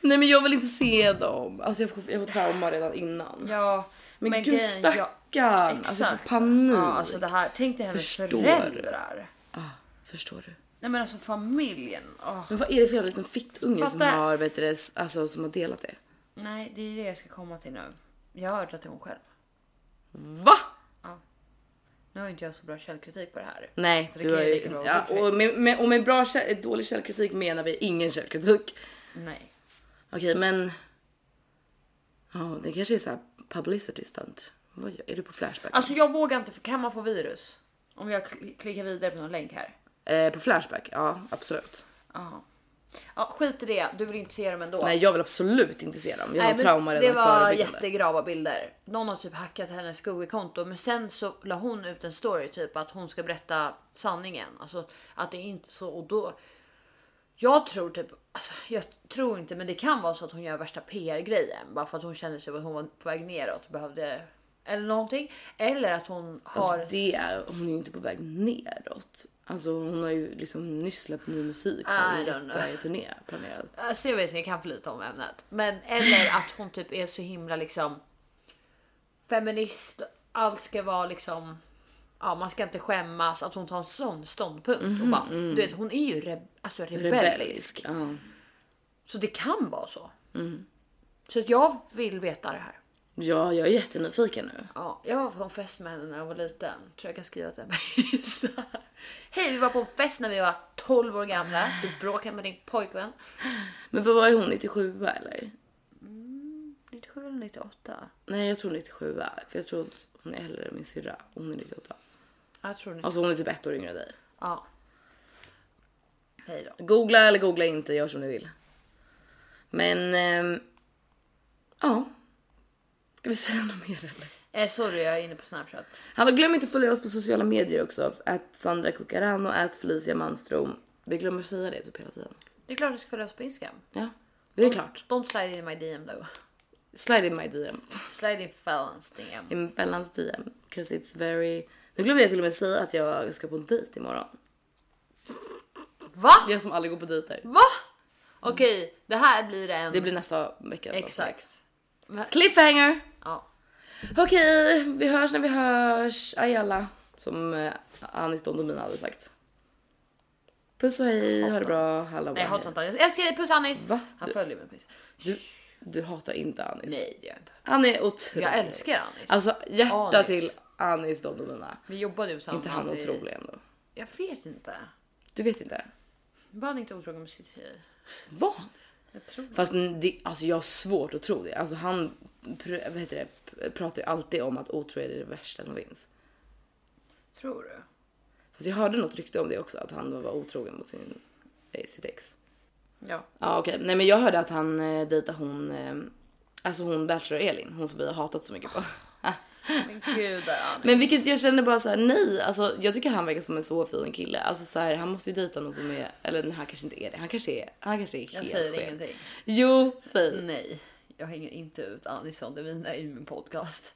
Speaker 1: Nej men jag vill inte se dem. Alltså jag får, jag får trauma redan innan.
Speaker 2: Ja,
Speaker 1: men, gud stackarn. Alltså jag får panik.
Speaker 2: Ja, alltså det här, tänk dig hennes
Speaker 1: Förstår du?
Speaker 2: föräldrar.
Speaker 1: ah, förstår du?
Speaker 2: Nej men alltså familjen. Åh,
Speaker 1: Men vad är det för jävla liten fittunge som
Speaker 2: Fattar.
Speaker 1: har, vet du, det, alltså, som har delat det?
Speaker 2: nej det är det jag ska komma till nu. Jag hörde att det är hon själv.
Speaker 1: Va?
Speaker 2: Nu har inte jag så bra källkritik på det här.
Speaker 1: Nej,
Speaker 2: Så det
Speaker 1: du
Speaker 2: kan
Speaker 1: har
Speaker 2: ju
Speaker 1: ju,
Speaker 2: lika bra
Speaker 1: ja,
Speaker 2: vara
Speaker 1: och, med, med, och med bra, käll- dålig källkritik menar vi ingen källkritik.
Speaker 2: Nej.
Speaker 1: Okej, men. Ja, det kanske är så här publicity stunt. Vad gör, är du på Flashback?
Speaker 2: Alltså jag vågar inte, för kan man få virus? Om jag kli- klickar vidare på någon länk här.
Speaker 1: Eh, på Flashback? Ja, absolut.
Speaker 2: Jaha. Ja, skit i det, du vill inte se dem ändå.
Speaker 1: Nej, jag vill absolut inte se dem. Jag
Speaker 2: Nej,
Speaker 1: har
Speaker 2: men
Speaker 1: trauma
Speaker 2: Det
Speaker 1: redan
Speaker 2: var
Speaker 1: förebyggande.
Speaker 2: jättegrava bilder. Någon har typ hackat hennes Google-konto men sen så la hon ut en story typ att hon ska berätta sanningen. Alltså att det är inte så och då. Jag tror typ, alltså, jag tror inte men det kan vara så att hon gör värsta PR-grejen bara för att hon känner sig att hon var på väg neråt behövde eller någonting. Eller att hon har.
Speaker 1: Alltså, det är, hon är ju inte på väg neråt. Alltså hon har ju liksom nyss släppt ny musik och har en
Speaker 2: I don't know.
Speaker 1: jätteturné planerad.
Speaker 2: Alltså jag vet ni kan för lite om ämnet. Men eller att hon typ är så himla liksom feminist. Allt ska vara liksom. Ja man ska inte skämmas. Att hon tar en sån ståndpunkt. och bara, Du vet hon är ju re, alltså rebellisk.
Speaker 1: Rebellisk. Ja.
Speaker 2: Så det kan vara så. Så att jag vill veta det här.
Speaker 1: ja, jag är jättenyfiken nu.
Speaker 2: Ja, jag var på en fest med henne när jag var liten. Tror jag kan skriva till henne. Så här. Hej vi var på en fest när vi var 12 år gamla. Du bråkade med din pojkvän.
Speaker 1: Men för vad är hon? 97 eller?
Speaker 2: 97 eller 98?
Speaker 1: Nej, jag tror 97 för jag tror att hon är äldre än min syrra. och Hon är 98.
Speaker 2: Jag tror ni.
Speaker 1: Alltså hon är typ ett år yngre än dig.
Speaker 2: Ja. Hej då.
Speaker 1: Googla eller googla inte, gör som du vill. Men... ehm, ja. Ska vi säga något mer eller?
Speaker 2: Eh, sorry, jag är inne på Snapchat.
Speaker 1: Hallå, glöm inte att följa oss på sociala medier också. Att Sandra Cucaran och att Felicia Manstrom. Vi glömmer att säga det typ hela tiden.
Speaker 2: Det är klart du ska följa oss på Instagram.
Speaker 1: Ja, det är klart.
Speaker 2: Don't slide in my DM though.
Speaker 1: Slide in my DM.
Speaker 2: Slide in Fallons DM.
Speaker 1: In Bellans DM. Cause it's very... Nu glömde jag till och med säga att jag ska på en dejt imorgon.
Speaker 2: Va?
Speaker 1: Jag som aldrig går på dejter.
Speaker 2: Va? Okej, det här blir en...
Speaker 1: Det blir nästa vecka.
Speaker 2: Exakt. Men-
Speaker 1: Cliffhanger!
Speaker 2: Ja.
Speaker 1: Okej, vi hörs när vi hörs. Ayala. Som eh, Anis Don Domina hade sagt. Puss och hej, ha det bra. Hallå,
Speaker 2: Nej jag
Speaker 1: hej.
Speaker 2: hatar inte Anis. Jag älskar dig, puss Anis!
Speaker 1: Va?
Speaker 2: Han
Speaker 1: Du-
Speaker 2: följer mig på Instagram.
Speaker 1: Du, du hatar inte Anis.
Speaker 2: Nej det gör jag inte.
Speaker 1: Han är otrolig.
Speaker 2: Jag älskar Anis.
Speaker 1: Alltså hjärta
Speaker 2: Anis.
Speaker 1: till Anis Don Domina.
Speaker 2: Vi jobbade ju tillsammans.
Speaker 1: Inte han
Speaker 2: i-
Speaker 1: otrolig ändå.
Speaker 2: Jag vet inte.
Speaker 1: Du vet inte?
Speaker 2: Var han inte otrogen med sitt tjej?
Speaker 1: Vad?
Speaker 2: Jag tror det.
Speaker 1: Fast det, alltså jag har svårt att tro det. Alltså han pr- vad heter det, p- pratar ju alltid om att otrohet är det värsta som finns.
Speaker 2: Tror du?
Speaker 1: Fast jag hörde något rykte om det också, att han var otrogen mot sin, eh, sitt ex.
Speaker 2: Ja.
Speaker 1: Ja okej, nej men jag hörde att han eh, dejtade hon, eh, alltså hon Bachelor Elin, hon som vi har hatat så mycket på.
Speaker 2: Men gud där Anis.
Speaker 1: Men vilket jag känner bara så här: nej, alltså jag tycker han verkar som en så fin kille. Alltså så här, han måste ju dejta någon som är, eller nej, han kanske inte är det, han kanske är, han kanske är helt
Speaker 2: jag säger
Speaker 1: skev.
Speaker 2: ingenting. Mm.
Speaker 1: Jo, säg.
Speaker 2: Nej, jag hänger inte ut Anis Sondemina i min podcast.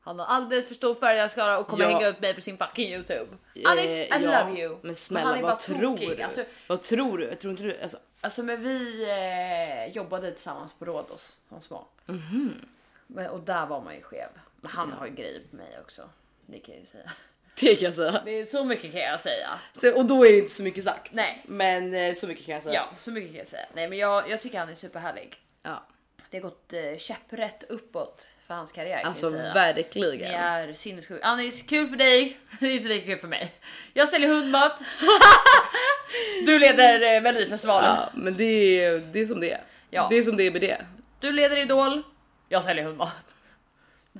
Speaker 2: Han har alldeles för stor färgskara och kommer
Speaker 1: Ja.
Speaker 2: hänga upp mig på sin fucking Youtube.
Speaker 1: Eh,
Speaker 2: Anis, I
Speaker 1: ja,
Speaker 2: love you.
Speaker 1: Men snälla,
Speaker 2: han är bara
Speaker 1: vad tror
Speaker 2: tokig.
Speaker 1: du?
Speaker 2: Alltså,
Speaker 1: Vad tror du? Jag tror inte du... Alltså,
Speaker 2: Alltså men vi eh, jobbade tillsammans på Rhodos som små.
Speaker 1: Mhm.
Speaker 2: Men, och där var man ju skev. Men han har ju grejer på mig också. Det kan jag ju säga.
Speaker 1: det kan jag säga.
Speaker 2: Det är så mycket kan jag säga.
Speaker 1: Så- Och då är det inte så mycket sagt.
Speaker 2: Nej.
Speaker 1: Men eh, så mycket kan jag säga.
Speaker 2: Ja, så mycket kan jag säga. Nej men jag, jag tycker han är superhärlig.
Speaker 1: Ja.
Speaker 2: Det har gått eh, käpprätt uppåt för hans karriär
Speaker 1: Alltså
Speaker 2: kan jag säga.
Speaker 1: verkligen.
Speaker 2: Ni är sinnessjuka. Anis, kul för dig. Det är inte lika kul för mig. Jag säljer hundmat. Du leder eh, Melodifestivalen.
Speaker 1: Ja, men det är, det är som det är.
Speaker 2: Ja.
Speaker 1: Det är som det är med det.
Speaker 2: Du leder Idol. Jag säljer hundmat.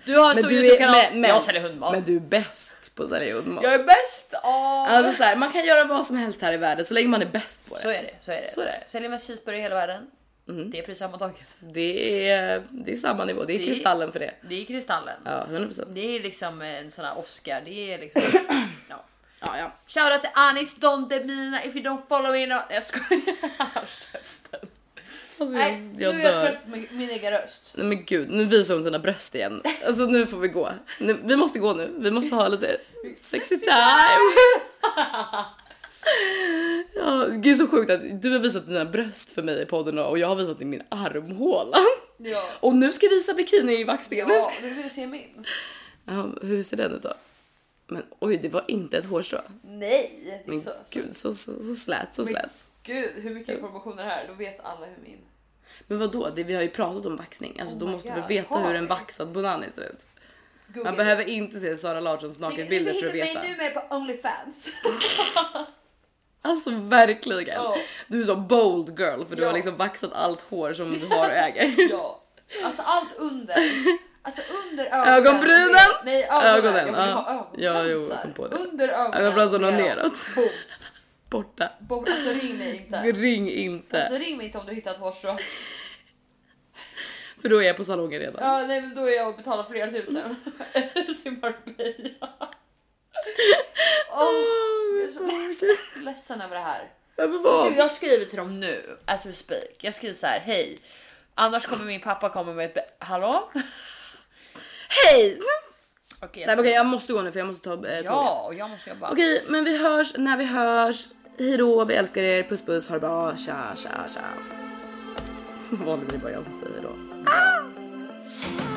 Speaker 2: Du har en
Speaker 1: Men
Speaker 2: stor
Speaker 1: du, är,
Speaker 2: Youtube-kanal.
Speaker 1: men, men,
Speaker 2: Jag säljer hundmat.
Speaker 1: men du är bäst på att sälja hundmat.
Speaker 2: Jag är bäst! Oh.
Speaker 1: Alltså, så här, man kan göra vad som helst här i världen så länge man är bäst på det.
Speaker 2: så är det. Så är det.
Speaker 1: Så är det. Mm.
Speaker 2: Säljer mest cheeseburgare i hela världen. Det är prissammantaget.
Speaker 1: Det, är, det är samma nivå, det är
Speaker 2: Det-
Speaker 1: kristallen för det.
Speaker 2: Det är Kristallen.
Speaker 1: Ja, 100%.
Speaker 2: Det är liksom en sån här Oscar. Det är liksom... ja.
Speaker 1: Ja, ja.
Speaker 2: Shoutout till Anis Don Demina if you don't follow me. No. Jag skojar. Käften.
Speaker 1: Alltså,
Speaker 2: Nej,
Speaker 1: jag, jag
Speaker 2: nu är
Speaker 1: dör.
Speaker 2: jag trött på min, min egen röst.
Speaker 1: Nej men gud, nu visar hon sina bröst igen. Alltså nu får vi gå. Nu, vi måste gå nu. Vi måste ha lite sexy time. Ja, det är så sjukt att du har visat dina bröst för mig i podden idag och jag har visat i min armhåla.
Speaker 2: Ja.
Speaker 1: Och nu ska jag visa bikini i backstegen.
Speaker 2: Ja, nu vill du se min.
Speaker 1: Ja, hur ser den ut då? Men oj, det var inte ett hårstrå.
Speaker 2: Nej!
Speaker 1: Men
Speaker 2: så,
Speaker 1: gud, så, så, så slät, så
Speaker 2: Men-
Speaker 1: slät.
Speaker 2: Gud, hur mycket information är det här? Då vet alla hur min...
Speaker 1: Men vadå, det, vi har ju pratat om vaxning. Alltså
Speaker 2: Oh
Speaker 1: då
Speaker 2: my
Speaker 1: måste
Speaker 2: God,
Speaker 1: vi veta
Speaker 2: har
Speaker 1: hur en
Speaker 2: vi?
Speaker 1: vaxad bonani ser ut. Man
Speaker 2: Google.
Speaker 1: behöver inte se Sara Larssons nakenbilder för att veta.
Speaker 2: numera på Onlyfans.
Speaker 1: Alltså verkligen.
Speaker 2: Ja.
Speaker 1: Du är så bold girl för du
Speaker 2: Ja.
Speaker 1: har liksom vaxat allt hår som du har och äger.
Speaker 2: ja. Alltså allt under. Alltså under ögonen.
Speaker 1: Ögonbrynen.
Speaker 2: och ner- Nej, ögonen.
Speaker 1: Ögonen,
Speaker 2: Jag vill
Speaker 1: ja. Ja,
Speaker 2: ha ögonfransar.
Speaker 1: jo, jag kom på det.
Speaker 2: Under ögonen.
Speaker 1: Ögonfransarna
Speaker 2: och
Speaker 1: neråt.
Speaker 2: Boom.
Speaker 1: Borta.
Speaker 2: Bort. Alltså ring mig inte.
Speaker 1: Ring inte
Speaker 2: Alltså ring mig inte om du hittar ett hårstrå.
Speaker 1: för då är jag på salongen redan.
Speaker 2: Ja, nej men då är jag och betalar typ flera tusen. Eller simmar Marbella. Åh, jag är så ledsen- ledsen över det här.
Speaker 1: Varför var
Speaker 2: Gud, Jag skriver till dem nu, as we speak. Jag skriver så här, hej. Annars kommer min pappa komma med ett... be- Hallå?
Speaker 1: Hej!
Speaker 2: Okej,
Speaker 1: Nej,
Speaker 2: jag
Speaker 1: men okej, jag måste gå nu för jag måste ta eh, tåget.
Speaker 2: Ja, och jag måste jobba.
Speaker 1: Okej, men vi hörs när vi hörs. Hej då, vi älskar er. Puss puss, ha det bra. Tja tja tja. Som vanligt är det bara jag som säger då.
Speaker 4: Thank